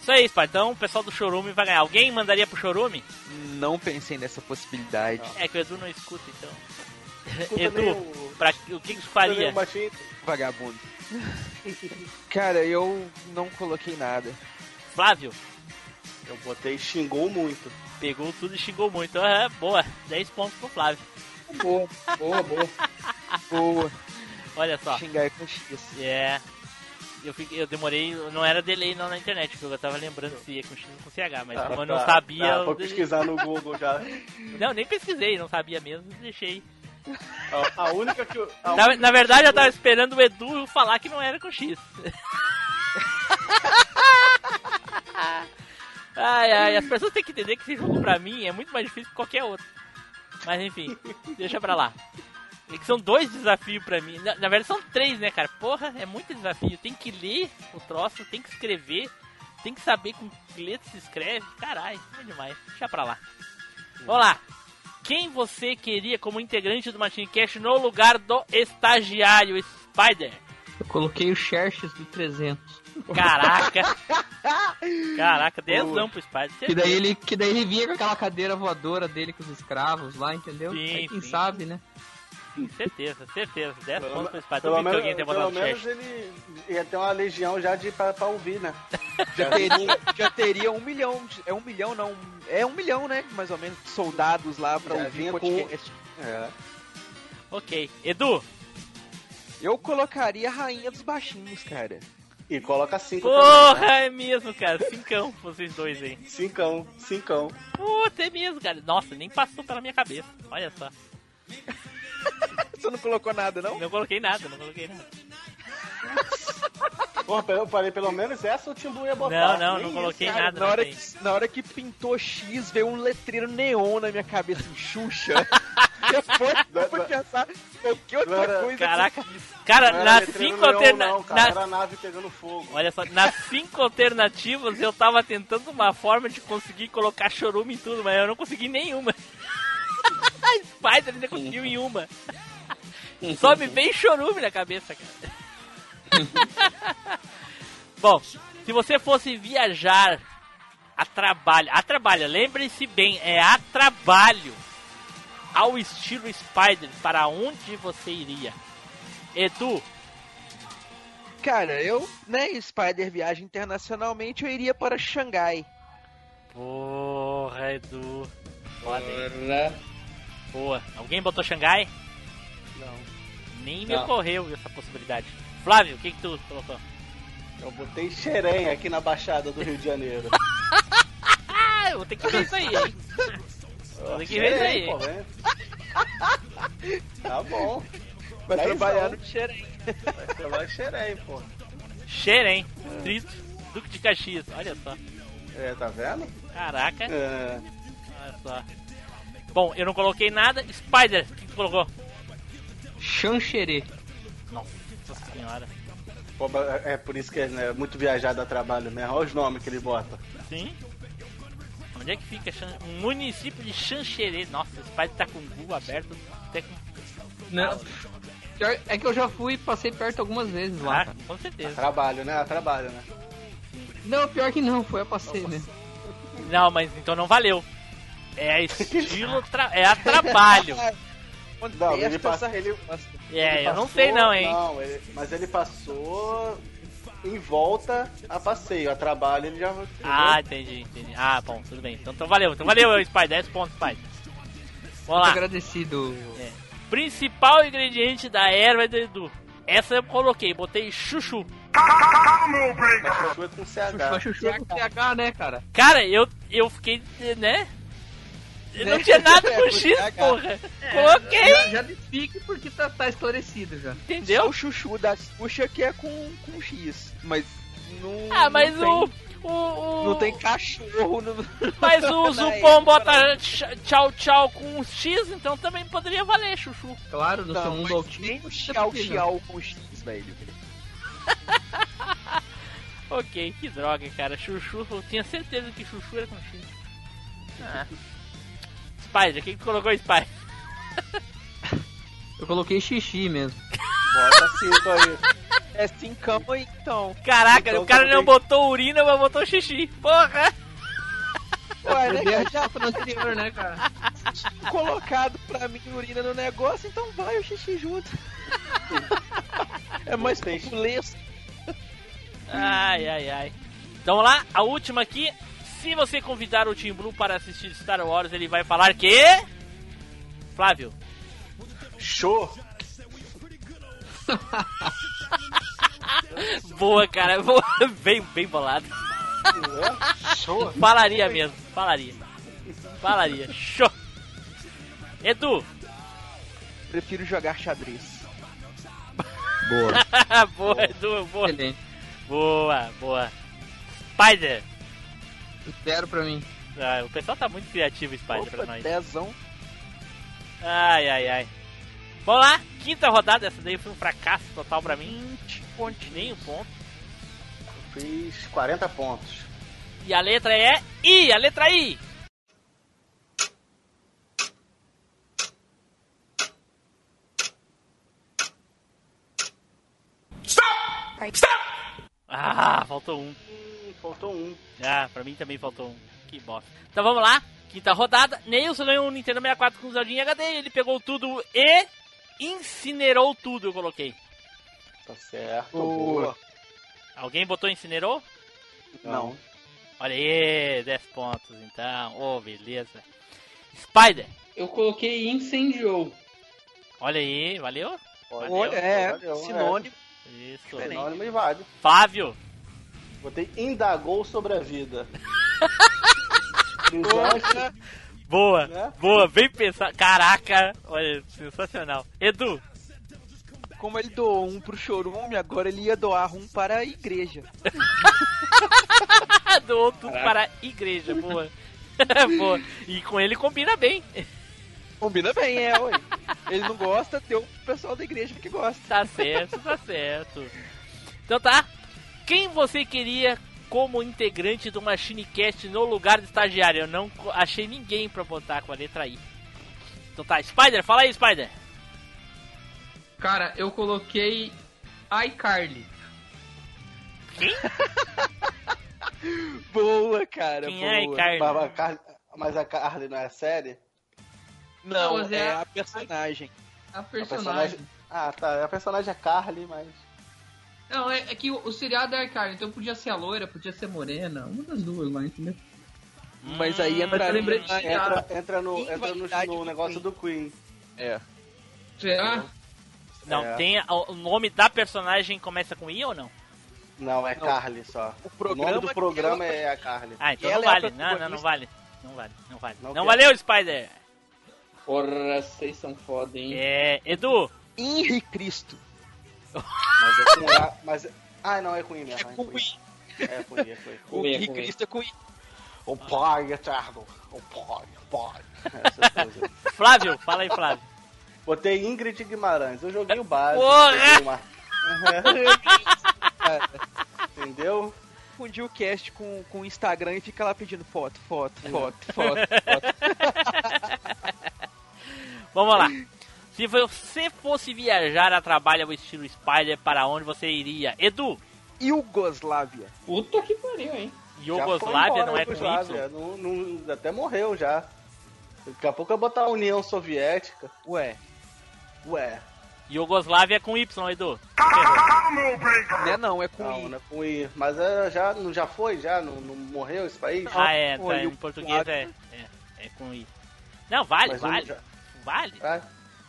S1: Isso aí, Spider. Então o pessoal do Chorume vai ganhar. Alguém mandaria pro Chorume?
S2: Não pensei nessa possibilidade.
S1: É que o Edu não escuta, então.
S3: Escuta
S1: Edu,
S3: nem o-
S1: pra, o que, que tu
S3: Fazer
S1: faria?
S3: um baixinho.
S2: Vagabundo. Cara, eu não coloquei nada.
S1: Flávio,
S3: Eu botei xingou muito.
S1: pegou tudo e xingou muito. Aham, boa. 10 pontos pro Flávio.
S9: Boa, boa, boa.
S2: Boa.
S1: Olha só.
S2: Xingar é com X.
S1: É. Eu, fiquei- eu demorei, não era delay não na internet, porque eu tava lembrando se ia com X ou com CH, mas como É, eu não sabia.
S3: Ah, Tá,
S1: eu
S3: vou
S1: deixei-
S3: pesquisar no Google já.
S1: Não, nem pesquisei, não sabia mesmo, deixei.
S3: A, a única que eu. a
S1: Na,
S3: única
S1: na
S3: que
S1: verdade, eu
S3: xingou-
S1: tava esperando o Edu falar que não era com X. Ai, ai, as pessoas têm que entender que esse jogo pra mim é muito mais difícil que qualquer outro. Mas enfim, deixa pra lá. É que são dois desafios pra mim. Na, na verdade são três, né, cara? Porra, é muito desafio. Tem que ler o troço, tem que escrever, tem que saber com que letra se escreve. Caralho, é demais. Deixa pra lá. Vamos lá. Quem você queria como integrante do Machine Cash no lugar do estagiário Spider?
S5: Eu coloquei o Xerxes do 300.
S1: Caraca! Caraca, dezão pro Spider.
S5: Que daí, ele, que daí ele vinha com aquela cadeira voadora dele com os escravos lá, entendeu?
S1: Sim,
S5: Aí, quem
S1: sim.
S5: sabe, né?
S1: Certeza, certeza. 10
S3: Pelo-
S1: pontos pro Spider.
S3: Pelo
S1: Duvido que
S3: menos,
S1: alguém tenha
S3: pelo
S1: botado no
S3: menos é
S1: chat.
S3: ele ia ter uma legião já de, pra, pra ouvir, né?
S2: Já teria, já teria um milhão. de- É um milhão, não. É um milhão, né? Mais ou menos. de Soldados lá pra
S3: Já
S2: ouvir
S3: vinha com-
S2: podcast.
S1: um.
S3: É.
S1: Ok. Edu,
S2: Eu colocaria a rainha dos baixinhos, cara.
S3: E coloca cinco. também,
S1: porra, é mesmo, cara. Cincão, vocês dois aí.
S3: né? Cincão, cincão.
S1: Puta, é mesmo, cara. Nossa, nem passou pela minha cabeça. Olha só.
S2: Você não colocou nada, não?
S1: Não coloquei nada, não coloquei nada.
S3: Porra, eu falei, pelo menos essa o Timbu ia
S1: Não,
S3: botar.
S1: não,
S3: Nem
S1: não
S3: isso.
S1: coloquei
S2: Cara,
S1: nada.
S2: na,
S1: não
S2: hora
S1: tem.
S2: que, na hora que pintou X, veio um letreiro neon na minha cabeça, em Xuxa. Depois eu fui pensar qualquer
S3: Não
S2: outra
S3: era-
S2: coisa.
S1: Caraca,
S3: Não
S1: cara,
S3: era
S1: nas
S3: letreiro
S1: cinco
S3: leão,
S1: alternativas.
S3: Não, cara, era a nave pegando fogo.
S1: Olha só, nas cinco alternativas eu tava tentando uma forma de conseguir colocar chorume em tudo, mas eu não consegui nenhuma. Spider ainda conseguiu em uma. Só me veio chorume na cabeça, cara. Bom, se você fosse viajar a trabalho, a trabalho, lembre-se bem, é a trabalho, ao estilo Spider, para onde você iria? Edu,
S2: Cara, eu, né, Spider viaja internacionalmente, eu iria para Xangai.
S1: Porra, Edu. Foda, hein?
S9: Porra.
S1: Boa. Alguém botou Xangai? Não. Nem me
S9: Não.
S1: ocorreu essa possibilidade. Flávio, o que, que tu colocou?
S3: Eu botei xerém aqui na Baixada do Rio de Janeiro.
S1: Ah, eu vou ter que ver isso aí, hein? Vou ter que ver isso aí.
S3: Xerém, pô,
S1: hein?
S3: né? Tá bom.
S2: Vai
S3: Dez
S2: trabalhar né?
S3: anos.
S2: no Xerém.
S3: Vai trabalhar em xerém, pô.
S1: Xerém, distrito, Duque de Caxias. Olha só.
S3: É, tá vendo?
S1: Caraca,
S3: É.
S1: olha só. Bom, eu não coloquei nada. Spider, o que tu colocou?
S5: Xanxerê.
S1: Nossa senhora.
S3: Pô, mas É por isso que é né, muito viajado a trabalho, né? Olha os nomes que ele bota.
S1: Sim. Onde é que fica? Xan- O município de Xanxerê. Nossa, o Spider tá com o Google aberto. Até com...
S5: Não. Pior É que eu já fui e passei perto algumas vezes lá.
S1: Ah,
S5: cara.
S1: com certeza.
S3: Trabalho, né? Trabalho, né?
S5: Não, pior que não, foi a passeio né? mesmo.
S1: Não, mas então não valeu. É estilo, tra- é a trabalho.
S3: Não, ele
S2: Essa-
S3: passa- ele-
S1: É,
S3: Ele
S1: eu não
S3: passou-
S1: sei não, hein.
S3: Não, ele- mas ele passou em volta a passeio, a trabalho ele já.
S1: Ah, entendi, entendi. Ah, bom, tudo bem. Então, então valeu, então valeu, Spy, 10 pontos, Spy.
S5: Muito
S2: Ah.
S1: Vamos lá.
S5: agradecido.
S1: É. Principal ingrediente da erva do Edu. Essa eu coloquei, botei chuchu.
S3: Mas foi com CH.
S5: Mas chuchu é com TH, né, cara?
S1: Cara, eu, eu fiquei, né? Eu não tinha nada com X, porra. Coloquei,
S5: Já, já desfique porque tá, tá esclarecido já.
S2: Só
S1: entendeu?
S2: o chuchu da Xuxa que é com, com é X, mas não.
S1: Ah, mas
S2: não
S1: o,
S2: tem-
S1: O, o-
S2: Não tem cachorro no.
S1: Mas o Zupom bota ch- tchau tchau com um X, então também poderia valer, Chuchu.
S5: Claro, no seu
S2: Não,
S5: mundo tá
S2: mas nem
S5: altino.
S2: o
S5: você
S2: Xiao
S5: precisa.
S2: Xiao com X, velho.
S1: Ok, que droga, cara. Chuchu, eu tinha certeza que Chuchu era com X. Ah. Spider, quem que colocou Spider?
S5: né? Eu coloquei xixi mesmo.
S3: Bota cinco aí.
S2: assim, É cincão aí, então.
S1: Caraca,
S3: Então,
S1: o cara não
S3: coloquei.
S1: botou urina, mas botou xixi. Porra!
S9: É,
S2: Ué, né,
S5: Eu dei
S2: cara,
S5: a chapa no anterior, né, cara?
S2: já colocado pra mim urina no negócio, então vai o xixi junto. é mais
S3: Gostei.
S2: populês.
S1: Ai, ai, ai. Então vamos lá, a última aqui. Se você convidar o Tim Blue para assistir Star Wars, ele vai falar que. Flávio.
S3: Show!
S1: Boa, cara. Boa. Bem, bem bolado.
S3: né? Show!
S1: Falaria mesmo, falaria. Falaria. Show! Edu!
S2: Prefiro jogar xadrez.
S5: Boa.
S1: boa, Edu, boa.
S5: Excelente.
S1: Boa, boa. Spider!
S5: Zero pra mim.
S1: Ah, o pessoal tá muito criativo, Spider, pra
S2: Opa,
S1: nós.
S2: dezão.
S1: Ai, ai, ai. Vamos lá, quinta rodada. Essa daí foi um fracasso total pra mim.
S2: 20 pontinhos.
S1: Nem um ponto.
S3: Fiz 40 pontos.
S1: E a letra é I, a letra I. Ah, faltou um.
S3: Hum, faltou um.
S1: Ah, pra mim também faltou um. Que bosta. Então vamos lá, quinta rodada. Neilson ganhou um Nintendo 64 com Zeldinha em HD. Ele pegou tudo e incinerou tudo, eu coloquei.
S3: Tá certo.
S2: Boa.
S3: Boa.
S1: Alguém botou incinerou?
S3: Não.
S1: Olha aí, 10 pontos então. Oh, beleza. Spider,
S9: Eu coloquei incendiou.
S1: olha aí, valeu?
S3: Pode-
S2: Olha, é,
S3: pode- é.
S2: sinônimo.
S1: Isso.
S2: Diferente.
S3: Sinônimo e vale.
S1: Fábio,
S3: Botei indagou sobre a vida. Brilhante,
S1: boa,
S3: Né?
S1: boa, bem pensado. Caraca, olha, sensacional. Edu,
S2: Como ele doou um pro chorume, agora ele ia doar um para a igreja.
S1: doou tudo para a igreja, boa. boa. E com ele combina bem.
S2: Combina bem, é, ué. Ele não gosta, tem o pessoal da igreja que gosta.
S1: Tá certo, tá certo. Então tá. Quem você queria como integrante do MachineCast no lugar de estagiário? Eu não co- achei ninguém pra botar com a letra I. Então tá, Spider, fala aí, Spider.
S5: Cara, eu coloquei iCarly.
S2: Boa, cara,
S1: Quem
S2: boa.
S1: é,
S3: mas
S1: Ricardo?
S3: a Car- Mas a Carly não é a série?
S2: Não,
S5: Não, mas
S2: é
S5: é
S2: a personagem.
S5: A
S3: personagem-
S5: personagem.
S3: Ah, tá. A personagem é Carly, mas.
S5: Não, é, é que o, o seriado é iCarly, então podia ser a loira, podia ser morena, uma das duas lá, entendeu?
S1: Hum.
S2: Mas aí é entra...
S5: Mas eu lembrei de-
S3: Entra, entra no,
S2: Quem
S3: entra
S2: vai
S3: no,
S2: dar de
S3: no negócio
S2: Queen?
S3: do Queen.
S2: é.
S5: Será?
S1: Não,
S3: É.
S1: tem. a- O nome da personagem começa com I ou não?
S3: Não, é Carly só.
S2: O
S3: O
S2: programa,
S3: nome do programa
S2: que ela-
S3: é a Carly.
S1: Ah, então
S2: Ela
S1: não
S2: é a
S1: vale. não, não, não
S2: protagonista.
S1: vale. Não vale, não vale. Não,
S3: Não quer.
S1: valeu, Spider.
S9: Porra, vocês são foda, hein?
S1: É. Edu,
S2: Henri Cristo.
S3: Mas é com A. Mas... Ah, não, é Queen mesmo.
S2: É com I.
S3: É Queen, é Queen.
S2: O
S9: Com I, é
S2: Henri
S9: com I.
S2: Cristo é com I.
S3: O pai eterno. O pai, o pai. Essas coisas.
S1: Flávio, fala aí, Flávio.
S3: Botei Ingrid Guimarães. Eu joguei o básico.
S1: Porra!
S3: joguei uma- Entendeu?
S2: Confundiu o cast com, com o Instagram e fica lá pedindo foto, foto, foto, foto, foto.
S1: Vamos lá. Se você fosse viajar a trabalho ao estilo Spider, para onde você iria? Edu,
S2: Iugoslávia.
S9: Puta que pariu, hein?
S3: Já foi
S1: Yugoslávia,
S3: embora,
S1: não é com Y?
S3: Yugoslávia. Não- não- até morreu já. Daqui a pouco eu vou botar a União Soviética.
S2: Ué,
S3: Ué,
S1: Yugoslávia é com Y, Edu.
S2: né não, é com
S3: não,
S2: I.
S3: não é com I. Mas é, já, não, já foi, já? Não, não morreu esse país?
S1: Ah, é,
S2: pô,
S1: tá, em
S2: Yugoslávia.
S1: português é, é, é com I. Não, vale,
S3: Mas eu
S1: vale,
S3: já-
S1: vale.
S3: Ah,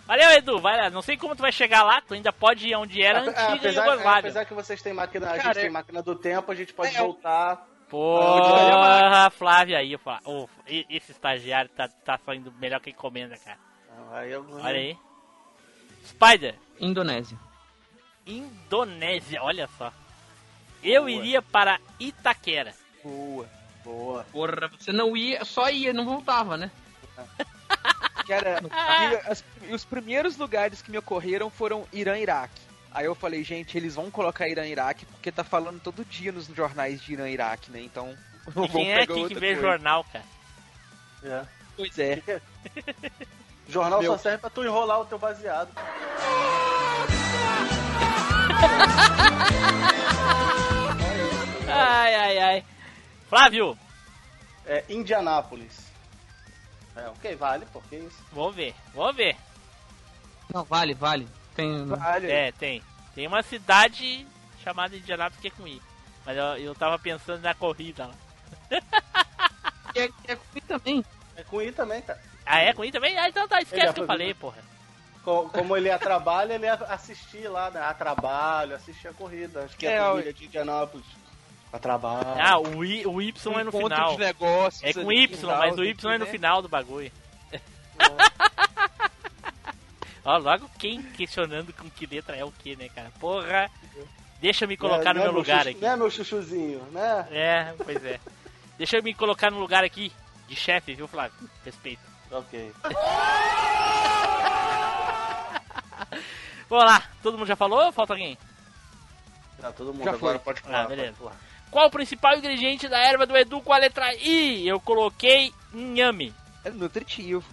S1: Valeu, Edu, vai lá. Não sei como tu vai chegar lá, tu ainda pode ir onde era a
S3: ape-
S1: antiga
S3: apesar,
S1: Yugoslávia.
S3: apesar que vocês têm máquina, a
S2: Cara,
S3: gente tem
S2: eu-
S3: máquina do tempo, a gente pode
S2: É, eu-
S3: voltar.
S1: Porra, Flávio aí, Flá- ô, e- esse estagiário tá, tá saindo melhor que encomenda, cara.
S3: Ah, Aí eu,
S1: Olha aí. Spider,
S5: Indonésia.
S1: Indonésia, olha só. Eu iria para Itaquera.
S2: Boa.
S3: Boa.
S5: Porra, você não ia, só ia, não voltava, né?
S2: Cara, e, as- e os primeiros lugares que me ocorreram foram Irã e Iraque. Aí eu falei, gente, eles vão colocar Irã e Iraque porque tá falando todo dia nos jornais de Irã e Iraque, né? Então.
S1: E quem é aqui que
S2: outra
S1: vê
S2: coisa.
S1: jornal, cara?
S3: É.
S2: Pois é.
S3: Jornal
S2: Meu.
S3: só serve pra tu enrolar o teu baseado.
S1: Ai, ai, ai. Flávio,
S3: É Indianápolis. É, ok, vale, porque isso.
S1: vamos ver, vamos ver.
S5: Não, vale, vale. Tem, um-
S3: Vale.
S1: É, tem. Tem uma cidade chamada Indianápolis que é com I. Mas eu, eu tava pensando na corrida lá.
S5: é, é comigo também.
S3: É com I também, cara.
S1: Ah, é com I também? Ah, então tá, esquece
S3: Ele
S1: que eu
S3: arrasou.
S1: falei, porra.
S3: Co- Como ele é a trabalho, ele é assistir lá, né? A trabalho, assistir a corrida. Acho que é,
S2: É,
S3: a
S2: ó.
S3: corrida de Indianápolis. A trabalho.
S1: Ah, o, I, o Y é no
S2: Encontro
S1: final.
S2: Tá. Um de negócios.
S1: É com
S2: ali,
S1: Y,
S2: final,
S1: mas o
S2: tem
S1: Y é no
S2: que, né?
S1: final do bagulho. Ó, logo quem questionando com que letra é o que, né, cara? Porra, deixa eu
S2: É,
S1: me colocar
S3: Né,
S1: no
S3: né,
S1: meu lugar
S3: chuchu-
S1: aqui.
S3: Né, meu chuchuzinho, né?
S1: É, pois é. Deixa eu me colocar no lugar aqui de chefe, viu, Flávio? Respeito.
S3: Ok.
S1: Vamos lá, todo mundo já falou ou falta alguém?
S3: Tá todo mundo
S2: Já
S3: agora
S2: foi.
S3: pode
S1: Ah,
S3: falar.
S1: beleza.
S3: pode falar.
S1: Qual o principal ingrediente da erva do Edu com a letra I? Eu coloquei inhame.
S2: É nutritivo.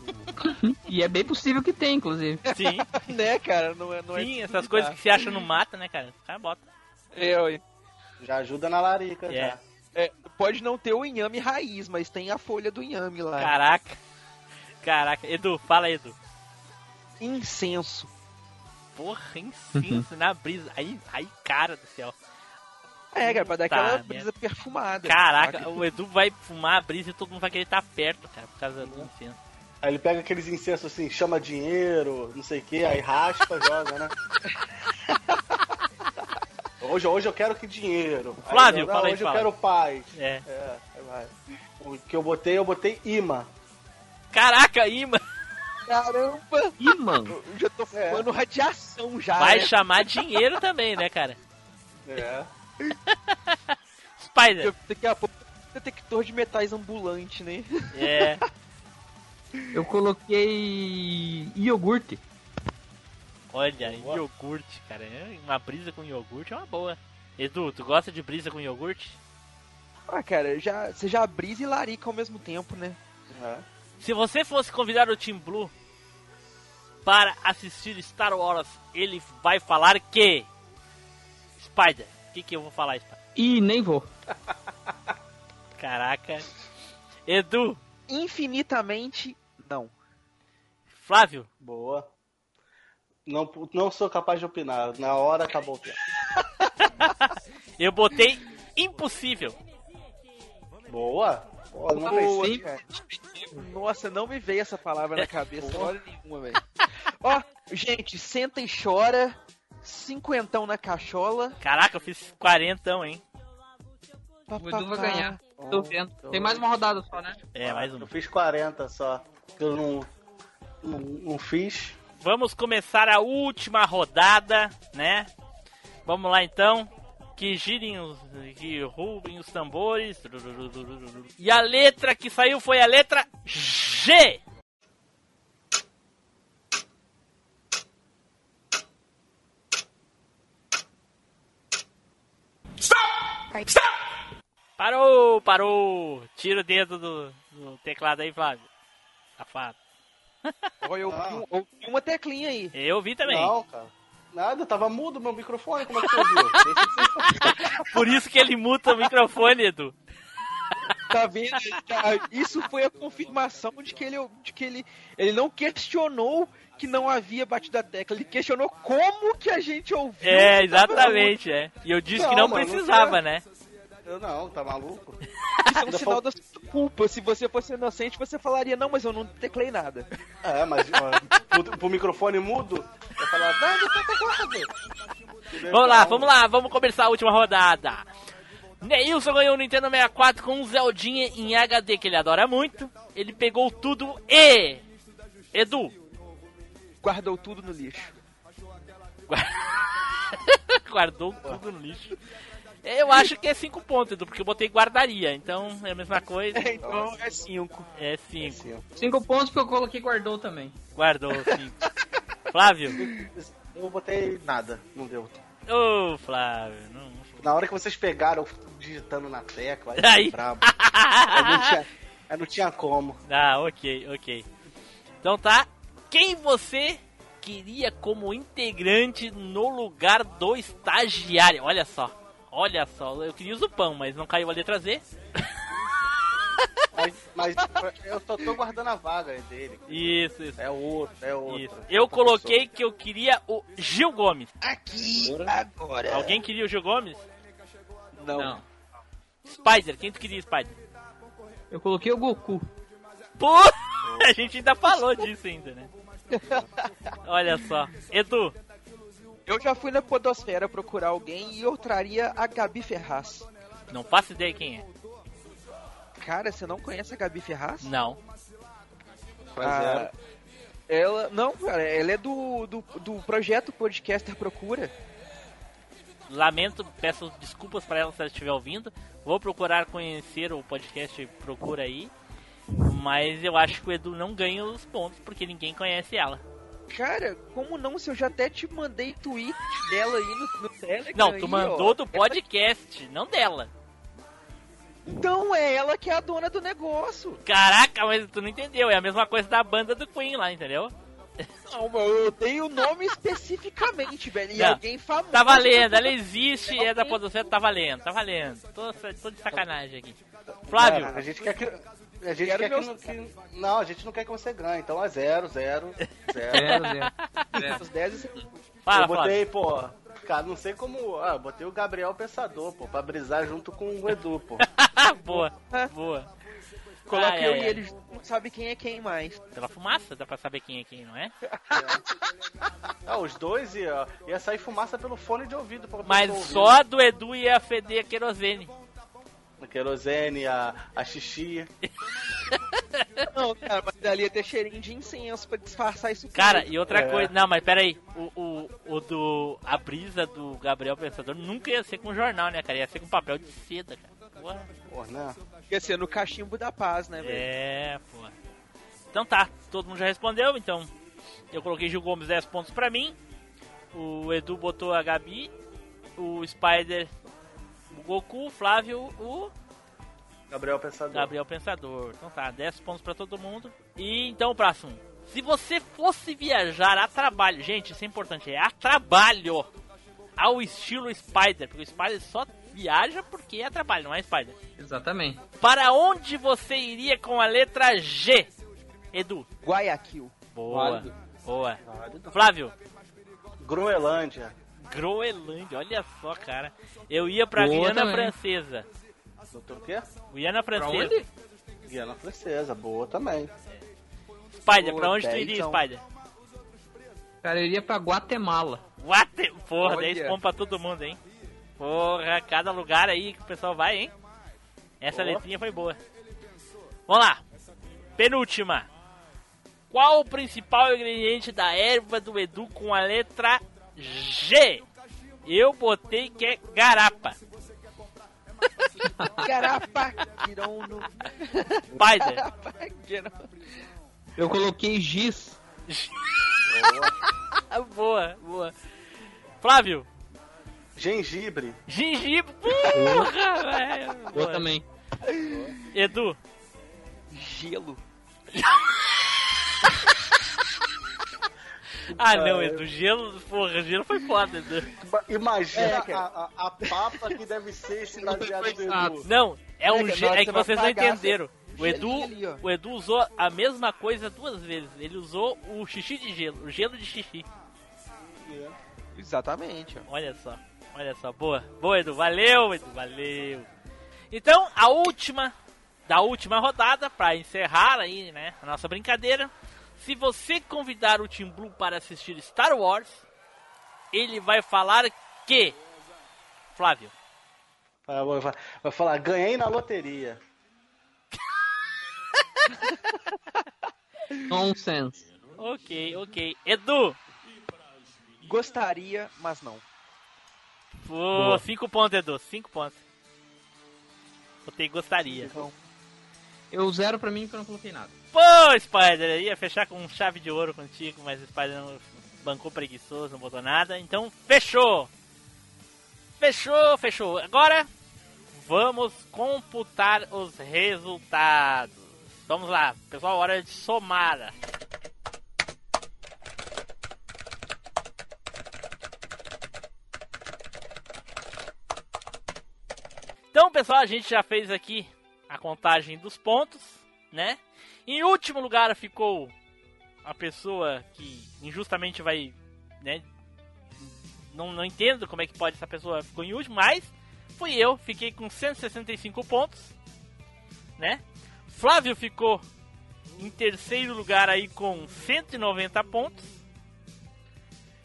S5: E é bem possível que tem, inclusive.
S1: Sim,
S2: né, cara? Não é, não é
S1: sim,
S2: de
S1: essas
S2: duvidar.
S1: coisas que se acha no mata, né, cara? Cara, bota.
S2: É, ó,
S3: Já ajuda na larica,
S1: É.
S3: já.
S2: é, pode não ter o inhame raiz, mas tem a folha do inhame lá.
S1: Caraca. Caraca. Edu, fala, aí, Edu.
S2: Incenso.
S1: Porra, incenso na brisa. Aí, aí, cara do céu.
S2: É, cara, pra dar
S1: Tá,
S2: aquela
S1: né?
S2: brisa perfumada.
S1: Caraca,
S2: Saca?
S1: o Edu vai fumar a brisa e todo mundo vai querer estar perto, cara, por causa do incenso.
S3: Aí ele pega aqueles incensos assim, chama dinheiro, não sei o que, aí raspa, joga, né? Hoje, hoje eu quero que dinheiro. Aí
S1: Flávio,
S3: eu, não,
S1: fala aí,
S3: Hoje
S1: fala.
S3: eu quero paz.
S1: É.
S3: É, aí vai. O que eu botei, eu botei imã.
S1: Caraca, aí, mano.
S2: Caramba! É.
S5: Ih, mano.
S2: Eu já tô fumando radiação já.
S1: Vai
S2: né?
S1: chamar dinheiro também, né, cara?
S3: É.
S1: Spider.
S2: Daqui a pouco um detector de metais ambulante, né?
S1: É.
S5: Eu coloquei iogurte.
S1: Olha, iogurte, cara. É, Uma brisa com iogurte é uma boa. Edu, tu gosta de brisa com iogurte?
S2: Ah, cara, já, você já brisa e larica ao mesmo tempo, né?
S3: é.
S1: Se você fosse convidar o Team Blue para assistir Star Wars, ele vai falar que. Spider. O que, que eu vou falar, Spider?
S5: E nem vou.
S1: Caraca. Edu,
S2: Infinitamente, não.
S1: Flávio,
S3: Boa. Não, não sou capaz de opinar. Na hora acabou o tempo.
S1: eu botei impossível.
S3: Boa. Boa, não
S2: Boa,
S3: pensei.
S2: cara. Nossa, não me veio essa palavra na cabeça, hora nenhuma, velho. Ó, gente, senta e chora, cinquentão na cachola.
S1: Caraca, eu fiz quarentão, hein?
S2: Pá,
S5: O
S2: pá,
S5: Edu vai
S2: pá.
S5: ganhar. Tô vendo. Tem mais uma rodada só, né?
S1: É, mais um.
S3: Eu fiz 40 só. Eu não, não, não fiz.
S1: Vamos começar a última rodada, né? Vamos lá então. Que girem os. Que rubem os tambores. E a letra que saiu foi a letra G. Parou, parou. Tira o dedo do, do teclado aí, Flávio. Safado.
S2: Ó, eu ouvi, um- ouvi uma teclinha aí.
S1: Eu vi também.
S3: Não, cara. Nada, tava mudo meu microfone, como é que tu ouviu? Deixa de ser
S1: Por isso que ele muta o microfone, Edu.
S2: Tá vendo? Tá, Isso foi a confirmação de que ele, de que ele, ele não questionou que não havia batido a tecla. Ele questionou como que a gente ouviu.
S1: É, exatamente, é. E eu disse que não
S3: Não, mano,
S1: precisava,
S3: você-
S1: né?
S3: Eu não, tá maluco?
S2: Isso é um sinal da sua culpa. Se você fosse inocente, você falaria, não, mas eu não teclei nada.
S3: É, mas ó, pro, pro microfone mudo, eu falava, nada, tá teclado.
S1: Vamos lá, vamos lá, vamos começar a última rodada. Neilson ganhou o Nintendo 64 com um Zeldinha em HD que ele adora muito. Ele pegou tudo e. Edu,
S2: Guardou tudo no lixo.
S1: guardou tudo no lixo. Eu acho que é 5 pontos, Edu, porque eu botei guardaria, então é a mesma coisa.
S2: Então é 5.
S1: É 5.
S5: Cinco pontos porque eu coloquei guardou também.
S1: Guardou 5. Flávio?
S3: Eu botei nada, não deu.
S1: Ô, Flávio, não. não-
S3: Na hora que vocês pegaram eu digitando na tecla, aí,
S1: Aí.
S3: aí. brabo. Eu não, tinha, eu não tinha como.
S1: Ah, ok, ok. Então tá. Quem você queria como integrante no lugar do estagiário? Olha só. Olha só, eu queria o Zupão, mas não caiu a letra Z.
S3: Mas, mas eu só tô guardando a vaga dele.
S1: Isso, isso.
S3: É outro, é outro.
S1: isso. Eu coloquei que eu queria o Gil Gomes.
S2: Aqui, agora.
S1: Alguém queria o Gil Gomes?
S2: Não.
S1: Spider, quem tu queria, Spider?
S5: Eu coloquei o Goku.
S1: Pô, a gente ainda falou disso ainda, né? Olha só. Edu,
S2: Eu já fui na Podosfera procurar alguém e eu traria a Gabi Ferraz.
S1: não faço ideia quem é.
S2: Cara, você não conhece a Gabi Ferraz?
S1: Não.
S2: Ah, ela. Não, cara, ela é do, do, do projeto Podcaster Procura.
S1: Lamento, peço desculpas para ela se ela estiver ouvindo. Vou procurar conhecer o podcast Procura aí. Mas eu acho que o Edu não ganha os pontos porque ninguém conhece ela.
S2: Cara, como não? Se eu já até te mandei tweet dela aí no, no Telegram.
S1: Não,
S2: aí,
S1: tu
S2: ó.
S1: mandou do podcast, não dela.
S2: Então é ela que é a dona do negócio.
S1: Caraca, mas tu não entendeu. É a mesma coisa da banda do Queen lá, entendeu?
S2: Não, mas eu dei o nome especificamente, velho. E
S1: Não.
S2: alguém famoso.
S1: Tá valendo, ela existe, é da Podoceta, tá valendo, tá valendo. Tô, tô de sacanagem aqui. Flávio,
S3: Não, É, a gente quer que. A gente
S2: Quero
S3: quer que,
S2: meu-
S3: não- que- Não, a gente não quer que você ganhe, então é zero, zero, zero.
S5: Zero, zero.
S2: Os 10 e-
S1: É. fala,
S3: eu
S1: Flávio.
S3: botei, pô. Cara, não sei como. Ah, eu botei o Gabriel Pensador, pô, pra brisar junto com o Edu, pô.
S1: Ah, boa, boa.
S2: Coloca
S1: Ai,
S2: eu
S1: ai,
S2: e
S1: ai.
S2: ele junto, não sabe quem é quem mais.
S1: Pela fumaça, dá pra saber quem é quem, não é?
S3: Ah, os dois ia, ia sair fumaça pelo fone de ouvido, pô.
S1: Mas só a do Edu ia feder a querosene.
S3: A querosene, a, a xixi.
S2: Não, cara, mas ali ia ter cheirinho de incenso pra disfarçar isso.
S1: Cara,
S2: tudo.
S1: e outra
S3: É.
S1: coisa. Não, mas peraí. O, o, o do. A brisa do Gabriel Pensador nunca ia ser com jornal, né, cara? Ia ser com papel de seda, cara. Porra.
S3: Pô, né?
S2: Ia ser no cachimbo da paz, né, velho?
S1: É, pô. Então tá, todo mundo já respondeu, então. Eu coloquei Gil Gomes 10 pontos pra mim. O Edu botou a Gabi. O Spider, o Goku, o Flávio, o
S3: Gabriel Pensador.
S1: Gabriel Pensador. Então tá, 10 pontos pra todo mundo. E então o próximo. Se você fosse viajar a trabalho, gente, isso é importante, é a trabalho. Ao estilo Spider, porque o Spider só viaja porque é a trabalho, não é Spider.
S5: Exatamente.
S1: Para onde você iria com a letra G? Edu.
S2: Guayaquil.
S1: Boa.
S9: Válido.
S1: Boa. Flávio,
S3: Groenlândia.
S1: Groenlândia, olha só, cara. Eu ia pra
S5: Boa
S1: Guiana
S5: também.
S1: Francesa.
S3: Doutor o quê?
S1: Guiana Francesa.
S5: onde?
S3: Guiana Francesa, boa também.
S1: Spider,
S3: Boa,
S1: pra onde tu
S3: daí
S1: iria,
S3: então.
S1: Spider?
S5: Cara, eu iria pra Guatemala.
S1: What the... Porra,
S2: Olha.
S1: 10 pontos pra todo mundo, hein? Porra, cada lugar aí que o pessoal vai, hein? Essa
S3: Boa.
S1: letrinha foi boa. Vamos lá. Penúltima. Qual o principal ingrediente da erva do Edu com a letra G? Eu botei que é garapa.
S2: Garapaquirão no.
S1: Spider.
S2: Garapaquirão.
S5: Eu coloquei giz.
S1: Ah, boa, boa. Flávio,
S3: Gengibre.
S1: gengibre. Porra, velho.
S5: Eu
S1: Boa.
S5: também.
S1: Edu,
S2: Gelo.
S1: ah não, Edu, gelo, porra, gelo foi foda, Edu.
S3: Ba- Imagina
S2: É, cara.
S3: a, a, a papa que deve ser esse baseado do
S5: pensado.
S3: Edu.
S1: Não, é um
S2: É que na
S1: gelo,
S2: hora
S1: é
S2: que
S1: que
S2: você vai
S1: vocês não
S2: pagar,
S1: entenderam. O
S2: gelinho
S1: Edu,
S2: ali, ó.
S1: o Edu usou a mesma coisa duas vezes. Ele usou o xixi de gelo, o gelo de xixi.
S2: Exatamente, ó.
S1: Olha só, olha só, boa. Boa, Edu, valeu, Edu, valeu. Então, a última da última rodada, pra encerrar aí, né, a nossa brincadeira. Se você convidar o Tim Blue para assistir Star Wars, ele vai falar que... Flávio.
S3: Ah, Vai, vai- vai falar, ganhei na loteria.
S5: Nonsense.
S1: Ok, ok. Edu,
S2: Gostaria, mas não.
S1: Pô, 5 pontos, Edu, 5 pontos. Botei gostaria.
S5: Eu zero pra mim porque eu não coloquei nada.
S1: Pô, Spider, ia fechar com chave de ouro contigo, mas o Spider não bancou preguiçoso, não botou nada. Então, fechou! Fechou, fechou. Agora, vamos computar os resultados. Vamos lá, pessoal, hora de somar. Então, pessoal, a gente já fez aqui a contagem dos pontos, né? Em último lugar ficou a pessoa que injustamente vai, né? Não, não entendo como é que pode essa pessoa ficou em último, mas fui eu, fiquei com 165 pontos, né? Flávio ficou em terceiro lugar aí com 190 pontos.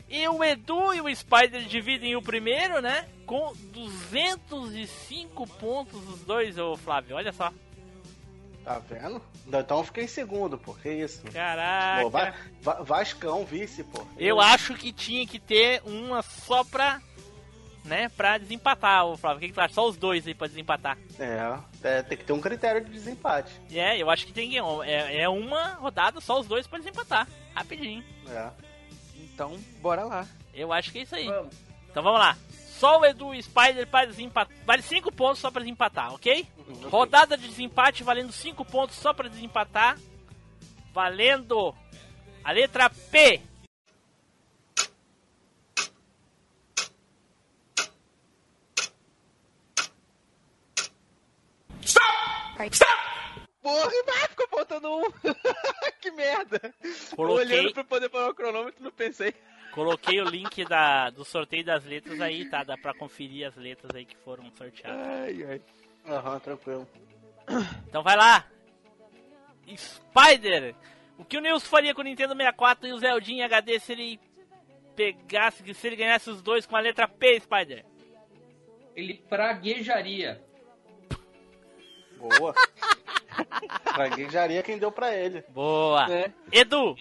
S1: E o Edu e o Spider dividem o primeiro, né? Com 205 pontos os dois, ô Flávio, olha só.
S3: Tá vendo? Então eu fiquei em segundo, pô. Que isso?
S1: Caraca.
S3: Pô, va Va- Vascão, vice, pô. É,
S1: Eu acho que tinha que ter uma só pra. Né, pra desempatar, ô Flávio. O que, que tu acha? Só os dois aí pra desempatar.
S3: É, é, tem que ter um critério de desempate.
S1: É, eu acho que tem que. É, é uma rodada, só os dois pra desempatar. Rapidinho.
S3: É.
S2: Então, bora lá.
S1: Eu acho que é isso aí.
S9: Vamos.
S1: Então vamos lá. Só o Edu e o Spider para desempatar. Vale 5 pontos só para desempatar, ok?
S2: Uhum,
S1: Rodada de desempate valendo 5 pontos só para desempatar. Valendo a letra P.
S2: Porra, ah, ficou faltando um. que merda.
S1: Coloquei.
S2: Olhando pra poder parar o cronômetro, não pensei.
S1: Coloquei o link da, do sorteio das letras aí, tá? Dá pra conferir as letras aí que foram sorteadas.
S2: Ai, ai.
S3: Aham, tranquilo.
S1: Então vai lá. Spider. O que o Nilson faria com o Nintendo 64 e o Zeldin HD se ele pegasse, se ele ganhasse os dois com a letra P, Spider?
S5: Ele praguejaria.
S3: Boa. Praguejaria quem deu pra ele.
S1: Boa.
S2: É.
S1: Edu.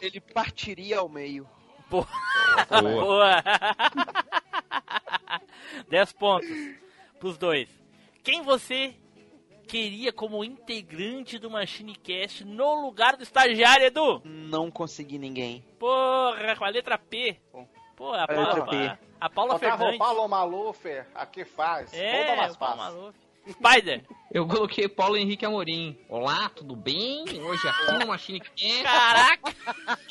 S2: Ele partiria ao meio.
S1: Boa. Boa. 10 pontos pros dois. Quem você queria como integrante do Machine Cast no lugar do estagiário, Edu?
S2: Não consegui ninguém.
S1: Porra, com a letra P. Pô, a,
S2: letra
S1: Paula,
S2: P.
S1: a, Paula
S3: Faltava o
S1: Fernandes.
S3: Paulo Maluf, aqui faz. Volta
S1: É,
S3: mais
S1: o Paulo
S3: fácil.
S1: Maluf. Spider.
S5: Eu coloquei Paulo Henrique Amorim. Olá, tudo bem? Hoje aqui no Machine é Cast.
S1: Caraca.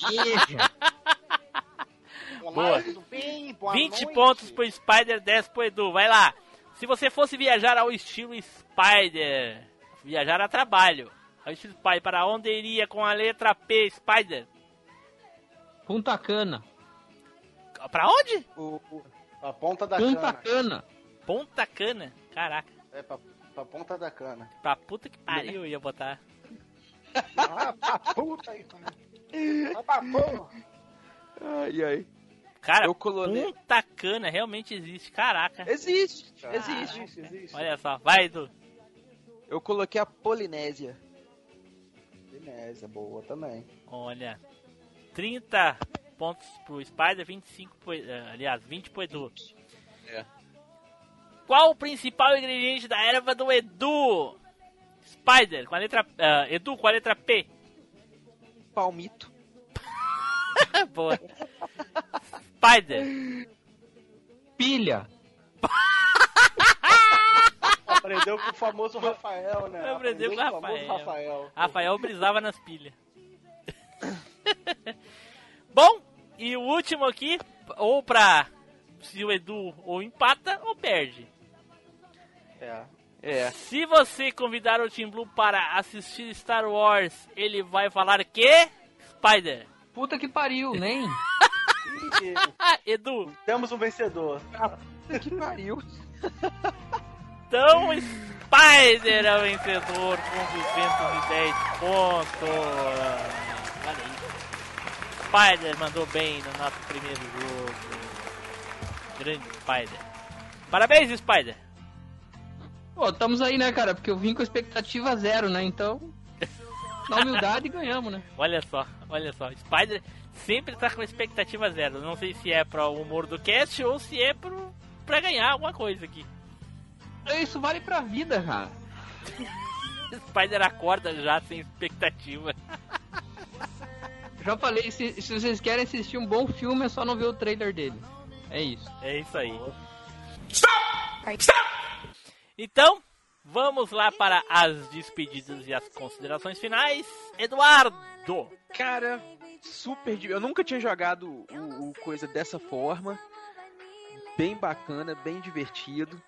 S5: Veja.
S1: Boa.
S3: Olá, tudo bem? Boa
S1: 20
S3: noite.
S1: pontos pro Spider, 10 pro Edu. Vai lá. Se você fosse viajar ao estilo Spider, viajar a trabalho, ao estilo Spider, para onde iria com a letra P, Spider?
S5: Punta Cana.
S1: Pra onde?
S2: O, o-
S3: Pra ponta da cana.
S5: Punta Cana.
S1: Ponta Cana. Caraca,
S3: É, pra, pra ponta da cana.
S1: pra puta que pariu eu ia botar.
S3: Ah, pra puta aí. Ah, pra porra.
S2: Ai, ai.
S1: Cara,
S2: Eu colonei.
S1: Punta Cana realmente existe. Caraca.
S2: Existe,
S3: Caraca.
S2: existe.
S3: Existe, Ah, existe.
S1: Olha só, vai Edu.
S2: Eu coloquei a Polinésia.
S3: Beleza, boa também.
S1: Olha. 30 pontos pro Spider, 25 pro, eh, aliás, 20 pro Edu.
S2: É.
S1: Qual o principal ingrediente da erva do Edu? Spider, com a letra ah, Edu com a letra P.
S2: Palmito.
S1: Ah, Boa. Spider.
S5: Pilha.
S3: Aprendeu com o famoso Rafael, né?
S1: Aprendeu com o
S3: famoso Rafael.
S1: Rafael brisava nas pilhas. Bom, e o último aqui, ou pra se o Edu ou empata ou perde.
S3: É.
S2: É.
S1: Se você convidar o Team Blue para assistir Star Wars, ele vai falar que? Spider.
S5: Puta que pariu, nem.
S3: Ih,
S1: Ah, Edu.
S3: Temos um vencedor.
S2: Que pariu.
S1: Então, Spider é o vencedor com 210 pontos. Olha aí. Spider mandou bem no nosso primeiro jogo. Grande Spider. Parabéns, Spider.
S5: Pô, estamos aí, né, cara? Porque eu vim com expectativa zero, né? Então, na humildade ganhamos, né?
S1: Olha só, olha só. Spider sempre tá com expectativa zero. Não sei se é para o humor do cast ou se é pro, pra ganhar alguma coisa aqui.
S5: Então, Isso vale pra vida, cara.
S1: Spider acorda já sem expectativa.
S5: Já falei, se, se vocês querem assistir um bom filme, é só não ver o trailer dele. É isso.
S1: É isso aí. Stop! Stop! Então, vamos lá para as despedidas e as considerações finais. Eduardo!
S2: Cara, super. di- Eu nunca tinha jogado o, o coisa dessa forma. Bem bacana, bem divertido.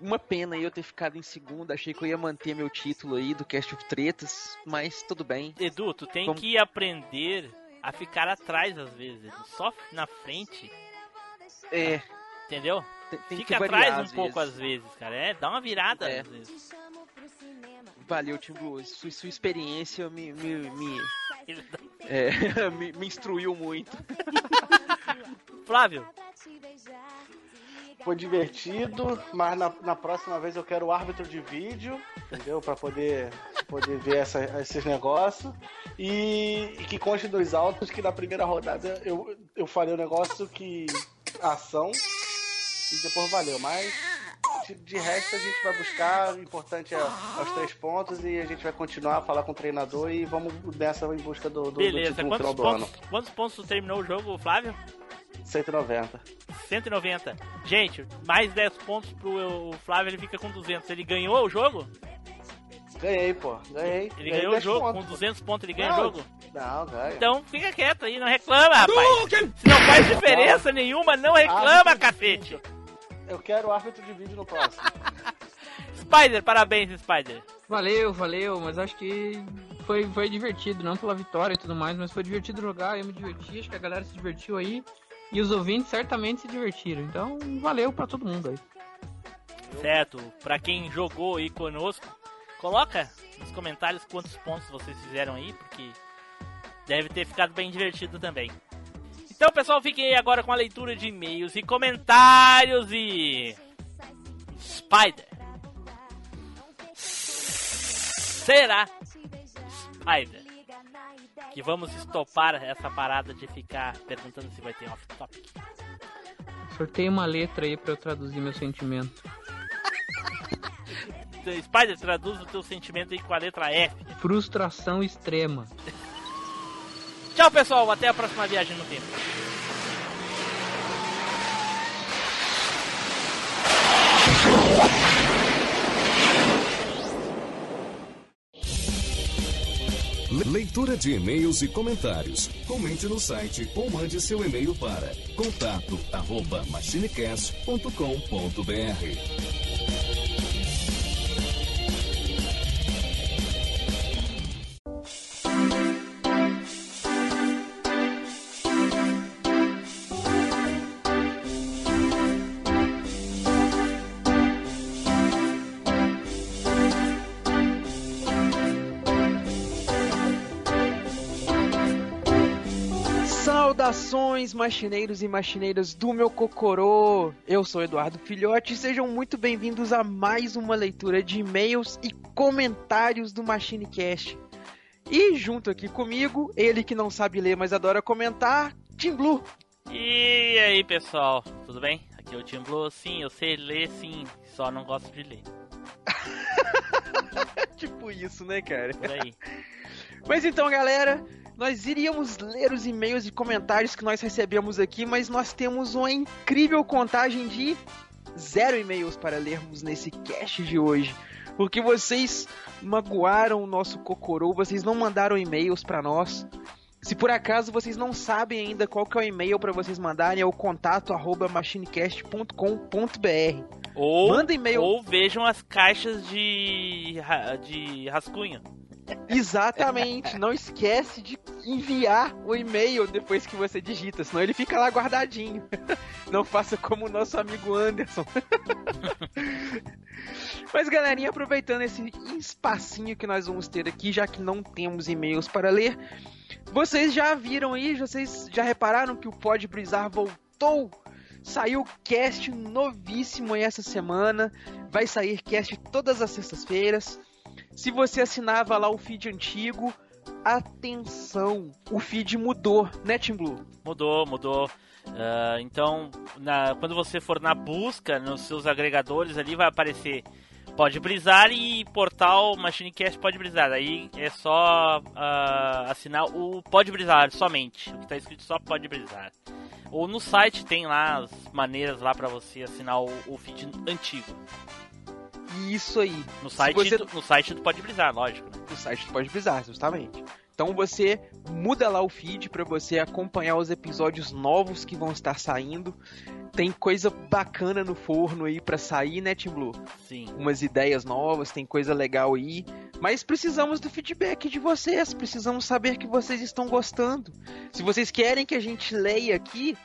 S2: Uma pena eu ter ficado em segundo. Achei que eu ia manter meu título aí do Cast of Tretas, mas tudo bem.
S1: Edu, tu tem
S2: Vamos.
S1: que aprender a ficar atrás às vezes, Edu. só na frente,
S2: É,
S1: entendeu?
S2: tem, tem
S1: Fica
S2: que variar
S1: atrás um
S2: às
S1: pouco às
S2: vezes.
S1: vezes, cara. É, dá uma virada
S2: É.
S1: às vezes.
S2: Valeu, Tim Blue. Sua, sua experiência me, me, me, é, me, me instruiu muito.
S1: Flávio,
S3: Foi divertido, mas na, na próxima vez eu quero o árbitro de vídeo, entendeu? Pra poder, poder ver essa- esses negócios. E, e que conste dos autos que na primeira rodada eu, eu falei um negócio que. ação. E depois valeu, mas. De, de resto a gente vai buscar, o importante é, é os três pontos e a gente vai continuar a falar com o treinador e vamos nessa em busca do, do, do
S1: beleza.
S3: título no
S1: Quantos
S3: final do ano.
S1: pontos, quantos pontos tu terminou o jogo, Flávio?
S3: 190.
S1: 190. Gente, mais 10 pontos pro o Flávio, ele fica com 200. Ele ganhou o jogo?
S3: Ganhei, pô. Ganhei.
S1: Ele
S3: Ganhei
S1: ganhou o
S3: 10
S1: jogo?
S3: pontos,
S1: Com
S3: pô.
S1: 200 pontos ele ganha o
S3: Não.
S1: jogo?
S3: Não, ganha.
S1: Então fica quieto aí, não reclama, rapaz. Se não faz diferença nenhuma, não reclama,
S3: Ah,
S1: cacete.
S3: Eu quero o árbitro de vídeo no próximo.
S1: Spider, parabéns, Spider.
S5: Valeu, valeu, mas acho que foi, foi divertido, não pela vitória e tudo mais, mas foi divertido jogar, eu me diverti, acho que a galera se divertiu aí. E os ouvintes certamente se divertiram. Então, valeu pra todo mundo aí.
S1: Certo, pra quem jogou aí conosco, coloca nos comentários quantos pontos vocês fizeram aí, porque deve ter ficado bem divertido também. Então, pessoal, fiquem aí agora com a leitura de e-mails e comentários e. Spider. Será Spider que vamos estopar essa parada de ficar perguntando se vai ter off-topic?
S5: Sorteio uma letra aí pra eu traduzir meu sentimento.
S1: Spider, traduz o teu sentimento aí com a letra F.
S5: Frustração extrema.
S1: Tchau, pessoal. Até a próxima viagem no tempo.
S4: Leitura de e-mails e comentários. Comente no site ou mande seu e-mail para contato arroba machinecast.com.br.
S2: Saudações, machineiros e machineiras do meu Cocorô! Eu sou Eduardo Filhote e sejam muito bem-vindos a mais uma leitura de e-mails e comentários do MachineCast. E junto aqui comigo, ele que não sabe ler, mas adora comentar, Tim Blue.
S1: E aí, pessoal. Tudo bem? Aqui é o Tim Blue. Sim, eu sei ler, sim. Só não gosto de ler.
S2: Tipo isso, né, cara?
S1: Por aí.
S2: Mas então, galera, nós iríamos ler os e-mails e comentários que nós recebemos aqui, mas nós temos uma incrível contagem de zero e-mails para lermos nesse cast de hoje. Porque vocês magoaram o nosso cocorô, vocês não mandaram e-mails para nós. Se por acaso vocês não sabem ainda qual que é o e-mail para vocês mandarem, é o contato arroba machinecast.com.br.
S1: Ou,
S2: Manda e-mail.
S1: ou vejam as caixas de, ra- de rascunho.
S2: Exatamente. Não esquece de enviar o e-mail depois que você digita, senão ele fica lá guardadinho. Não faça como o nosso amigo Anderson. Mas galerinha, aproveitando esse espacinho que nós vamos ter aqui, já que não temos e-mails para ler, vocês já viram aí, vocês já repararam que o Pod Brisar voltou? Saiu cast novíssimo aí essa semana, vai sair cast todas as sextas-feiras. Se você assinava lá o feed antigo, Atenção! O feed mudou, né, Tim Blue?
S1: Mudou, mudou. Ah, então, na- quando você for na busca, nos seus agregadores ali, vai aparecer Pode Brisar e portal MachineCast Pode Brisar. Aí é só ah, assinar o Pode Brisar somente. O que tá escrito só Pode Brisar. Ou no site tem lá as maneiras lá para você assinar o, o feed antigo.
S2: E isso aí.
S1: No
S2: Se
S1: site,
S2: você-
S1: do, no site do Pode Brisar, lógico. né?
S2: O site do Pode Brisar, justamente. Então você muda lá o feed pra você acompanhar os episódios novos que vão estar saindo. Tem coisa bacana no forno aí pra sair, né, Tim Blue?
S1: Sim.
S2: umas ideias novas, tem coisa legal aí. Mas precisamos do feedback de vocês, precisamos saber que vocês estão gostando. Se vocês querem que a gente leia aqui,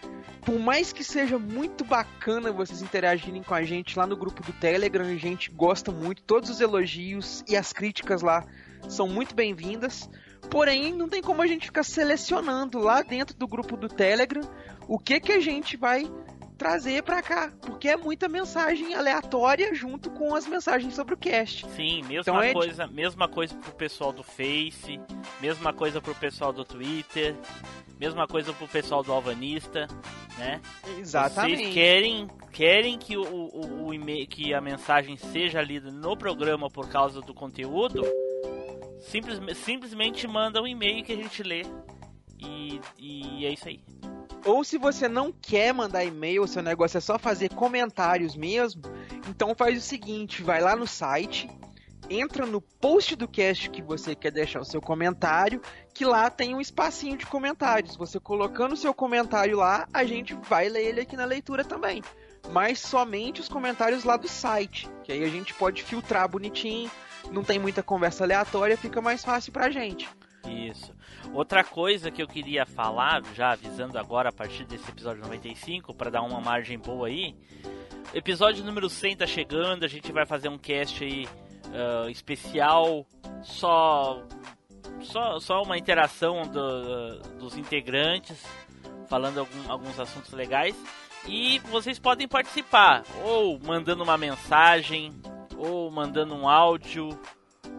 S2: por mais que seja muito bacana vocês interagirem com a gente lá no grupo do Telegram, a gente gosta muito, todos os elogios e as críticas lá são muito bem-vindas. Porém, não tem como a gente ficar selecionando lá dentro do grupo do Telegram o que que a gente vai trazer pra cá, porque é muita mensagem aleatória junto com as mensagens sobre o cast.
S1: Sim, mesma
S2: Então é de-
S1: coisa, mesma coisa pro pessoal do Face, mesma coisa pro pessoal do Twitter, mesma coisa pro pessoal do Alvanista, né? Vocês querem, querem que o, o, o e-mail, que a mensagem seja lida no programa por causa do conteúdo? Simples, simplesmente manda um e-mail que a gente lê. E, e é isso aí.
S2: Ou se você não quer mandar e-mail, seu negócio é só fazer comentários mesmo, então faz o seguinte, vai lá no site, entra no post do cast que você quer deixar o seu comentário, que lá tem um espacinho de comentários. Você colocando o seu comentário lá, a gente vai ler ele aqui na leitura também. Mas somente os comentários lá do site, que aí a gente pode filtrar bonitinho, não tem muita conversa aleatória, fica mais fácil pra gente.
S1: Isso. Outra coisa que eu queria falar, já avisando agora a partir desse episódio 95, para dar uma margem boa aí. Episódio número 100 tá chegando, a gente vai fazer um cast aí ah, especial, só, só só uma interação do- dos integrantes, falando algum- alguns assuntos legais. E vocês podem participar, ou mandando uma mensagem, ou mandando um áudio,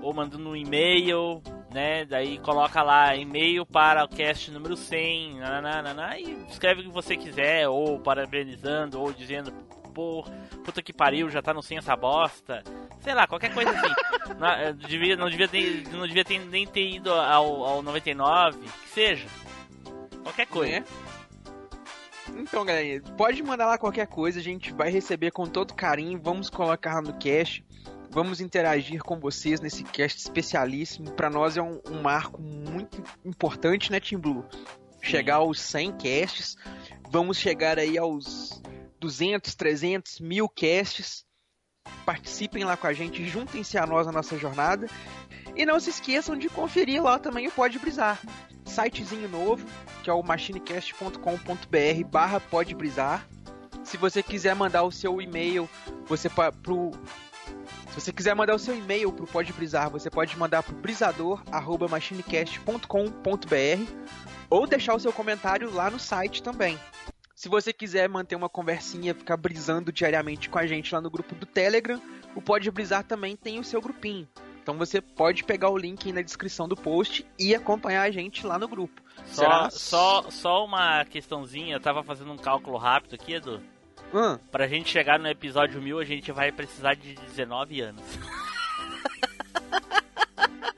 S1: ou mandando um e-mail, né? Daí coloca lá e-mail para o cast número 100, nananana, e escreve o que você quiser, ou parabenizando, ou dizendo, pô, puta que pariu, já tá no 100 essa bosta. Sei lá, qualquer coisa assim. não, eh, devia, não devia, ter, não devia ter- nem ter ido ao, ao 99, que seja. Qualquer coisa.
S2: Né? Então, galerinha, pode mandar lá qualquer coisa, a gente vai receber com todo carinho, vamos colocar no cast, vamos interagir com vocês nesse cast especialíssimo. Pra nós é um, um marco muito importante, né, Team Blue? Chegar aos 100 casts, vamos chegar aí aos 200, 300, mil casts. Participem lá com a gente, juntem-se a nós na nossa jornada. E não se esqueçam de conferir lá também o Pode Brisar, sitezinho novo, que é o machinecast.com.br barra pode brisar. Se você quiser mandar o seu e-mail, você pa- pro se você quiser mandar o seu e-mail pro Pode Brisar, você pode mandar pro brisador@machinecast.com.br ou deixar o seu comentário lá no site também. Se você quiser manter uma conversinha, ficar brisando diariamente com a gente lá no grupo do Telegram, o Pode Brisar também tem o seu grupinho. Então você pode pegar o link aí na descrição do post e acompanhar a gente lá no grupo.
S1: Só,
S2: Será?
S1: só, só uma questãozinha, eu tava fazendo um cálculo rápido aqui, Edu.
S2: Hum.
S1: Pra gente chegar no episódio 1000, a gente vai precisar de 19 anos.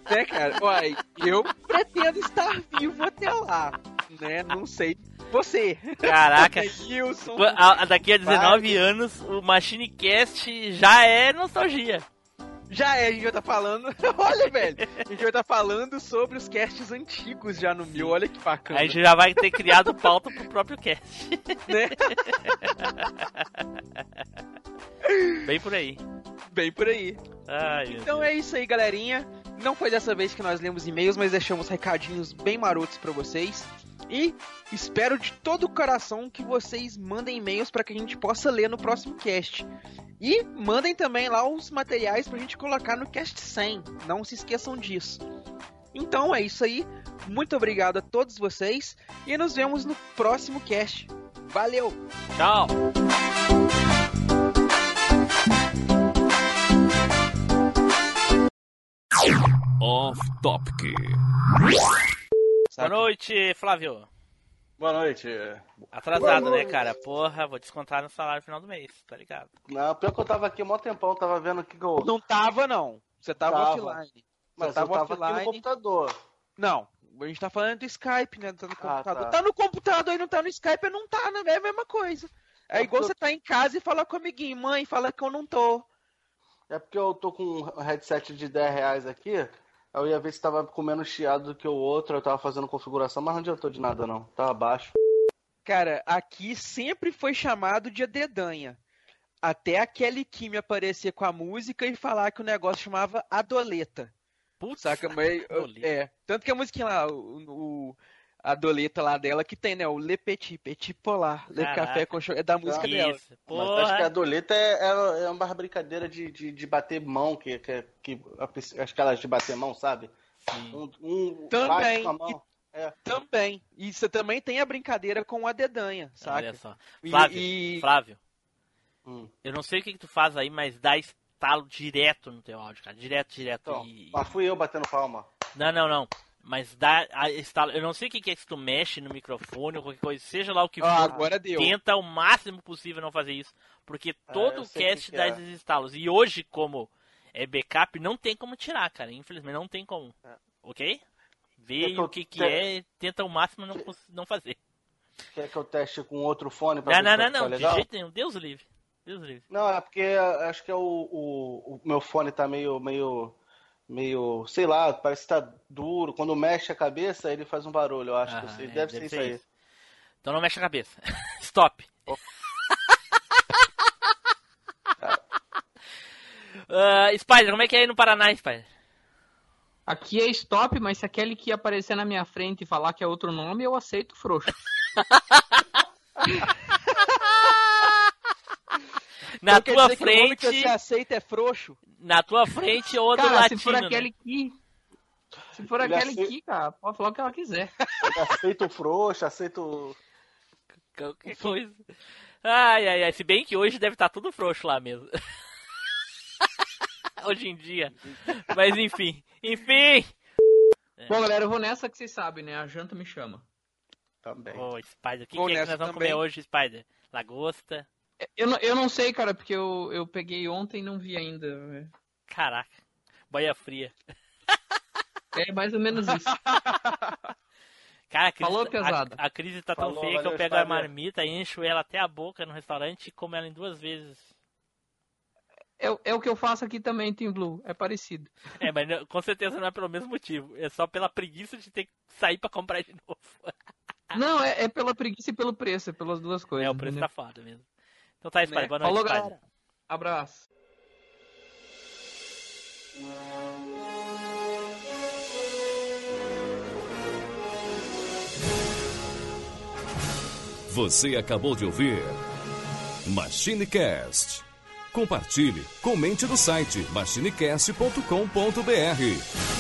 S2: né, cara? Uai, eu pretendo estar vivo até lá, né? Não sei você.
S1: Caraca!
S2: Nilson.
S1: Qu- a- a- Daqui a 19 anos, o Machine Cast já é nostalgia.
S2: Já é, a gente já tá falando. Olha, velho. A gente já tá falando sobre os casts antigos já no mil. Olha que bacana.
S1: A gente já vai ter criado pauta pro próprio cast.
S2: Né?
S1: Bem por aí.
S2: Bem por aí.
S1: Ai, meu
S2: Então
S1: Deus.
S2: é isso aí, galerinha. Não foi dessa vez que nós lemos e-mails, mas deixamos recadinhos bem marotos pra vocês. E espero de todo o coração que vocês mandem e-mails pra que a gente possa ler no próximo cast. E mandem também lá os materiais pra gente colocar no cast 100. Não se esqueçam disso. Então é isso aí. Muito obrigado a todos vocês e nos vemos no próximo cast. Valeu!
S1: Tchau!
S8: Off Topic.
S1: Boa noite, Flávio.
S3: Boa noite.
S1: Atrasado,
S3: Boa
S1: né,
S3: noite.
S1: cara? Porra, vou descontar no salário no final do mês, tá ligado?
S3: Não, pior que eu tava aqui há mó tempão, tava vendo aqui que eu.
S2: Não tava, não. Você tava,
S3: Tava.
S2: offline.
S3: Mas
S2: Você tava
S3: eu tava aqui no
S2: offline.
S3: computador.
S2: Não. A gente tá falando do Skype, né? Tá no computador.
S3: tá.
S2: tá. no computador e não tá no Skype, não tá, né? É a mesma coisa. É
S3: Eu
S2: igual
S3: tô-
S2: você tá em casa e falar com o amiguinho, mãe, fala que eu não tô.
S3: É porque eu tô com um headset de 10 reais aqui. Eu ia ver se tava com menos chiado do que o outro, eu tava fazendo configuração, mas não adiantou de nada não. Tava baixo.
S2: Cara, aqui sempre foi chamado de adedanha. Até a Kelly Kim aparecer com a música e falar que o negócio chamava Adoleta.
S1: Putz,
S2: Saca? Mas,
S1: Adoleta.
S2: é. Tanto que a musiquinha lá, o, o- a doleta lá dela que tem, né? O Le Petit, Petit Polar. Le
S1: Caraca.
S2: Café com Chocolate. É da música dela.
S1: Isso,
S3: Mas acho que a
S1: porra.
S3: doleta é, é- é uma brincadeira de, de, de bater mão, que, que, que a pessoa- as caras de bater mão, sabe? Um, um bate
S2: Também.
S3: com a mão.
S2: Também. E você também tem a brincadeira com a dedanha,
S3: é
S2: saca?
S1: Olha só.
S2: E-
S1: Flávio,
S2: e-
S1: Flávio,
S3: Hum.
S1: eu não sei o que, que tu faz aí, mas dá estalo direto no teu áudio, cara. Direto, direto.
S3: Então,
S1: e-
S3: mas fui eu batendo palma.
S1: Não, não, não. Mas dá a- estalo. Eu não sei o que, que é que tu mexe no microfone ou qualquer coisa, seja lá o que
S2: Ó,
S3: Ah,
S1: for.
S2: agora deu.
S1: tenta o máximo possível não fazer isso, porque todo
S3: É, eu
S1: o
S3: sei o que
S1: cast
S3: que
S1: dá
S3: é.
S1: esses estalos. E hoje, como é backup, não tem como tirar, cara. Infelizmente, não tem como. Ok? Vê
S3: É que É. eu
S1: o que, que
S3: te-
S1: é, tenta o máximo não, cons- não fazer.
S3: Quer que eu teste com outro fone pra
S1: Não,
S3: ver se
S1: não,
S3: vai
S1: não,
S3: ficar
S1: não. De
S3: legal?
S1: jeito nenhum. Deus livre. Deus livre.
S3: Não, é porque acho que é o, o, o meu fone tá meio, meio, meio, sei lá, parece que tá duro. Quando mexe a cabeça, ele faz um barulho, eu acho que
S1: Ah,
S3: isso-
S1: é,
S3: deve ser isso aí.
S1: Então não mexe a cabeça. Stop. Ah, Spider, como é que é aí no Paraná, Spider?
S5: Aqui é stop, mas se aquele que aparecer na minha frente e falar que é outro nome, eu aceito frouxo.
S1: Na
S2: Então quer
S1: tua
S2: dizer que o nome
S1: frente,
S2: que você aceita é frouxo?
S1: na tua frente ou do
S5: cara,
S1: latino.
S5: se for
S1: né?
S5: aquele que. Se for
S3: Ele
S5: aquele
S3: aceita-
S5: que, cara, pode falar o que ela quiser.
S3: Aceito frouxo, aceito.
S1: Qualquer coisa. Ai, ai, ai. Se bem que hoje deve estar tudo frouxo lá mesmo. hoje em dia. Mas enfim. Enfim!
S5: Bom, galera, eu vou nessa que vocês sabem, né? A janta me chama.
S3: Também.
S1: Ô, Spider, o que,
S2: Vou
S1: que é que
S2: nessa
S1: nós vamos
S2: também.
S1: comer hoje, Spider? Lagosta?
S5: Eu não, eu não sei, cara, porque eu, eu peguei ontem e não vi ainda. velho.
S1: Caraca. Boia fria.
S5: É mais ou menos isso.
S1: Cara, a crise,
S5: Falou,
S1: a-
S5: pesado.
S1: A, crise tá tão
S3: Falou,
S1: feia que eu
S3: valeu,
S1: pego a
S3: Spider.
S1: marmita, encho ela até a boca no restaurante e como ela em duas vezes.
S5: É, o- é o que eu faço aqui também, Team Blue. É parecido.
S1: É, mas não- com certeza não é pelo mesmo motivo. É só pela preguiça de ter que sair pra comprar de novo.
S5: Não, é, é pela preguiça e pelo preço, é pelas duas coisas.
S1: É, o preço
S5: entendeu?
S1: tá foda mesmo. Então tá, Spider,
S5: Né?
S1: boa noite,
S5: Falou,
S1: Spider.
S5: galera.
S1: tá-
S5: Abraço.
S4: Você acabou de ouvir MachineCast. Compartilhe, comente no site machinecast.com.br.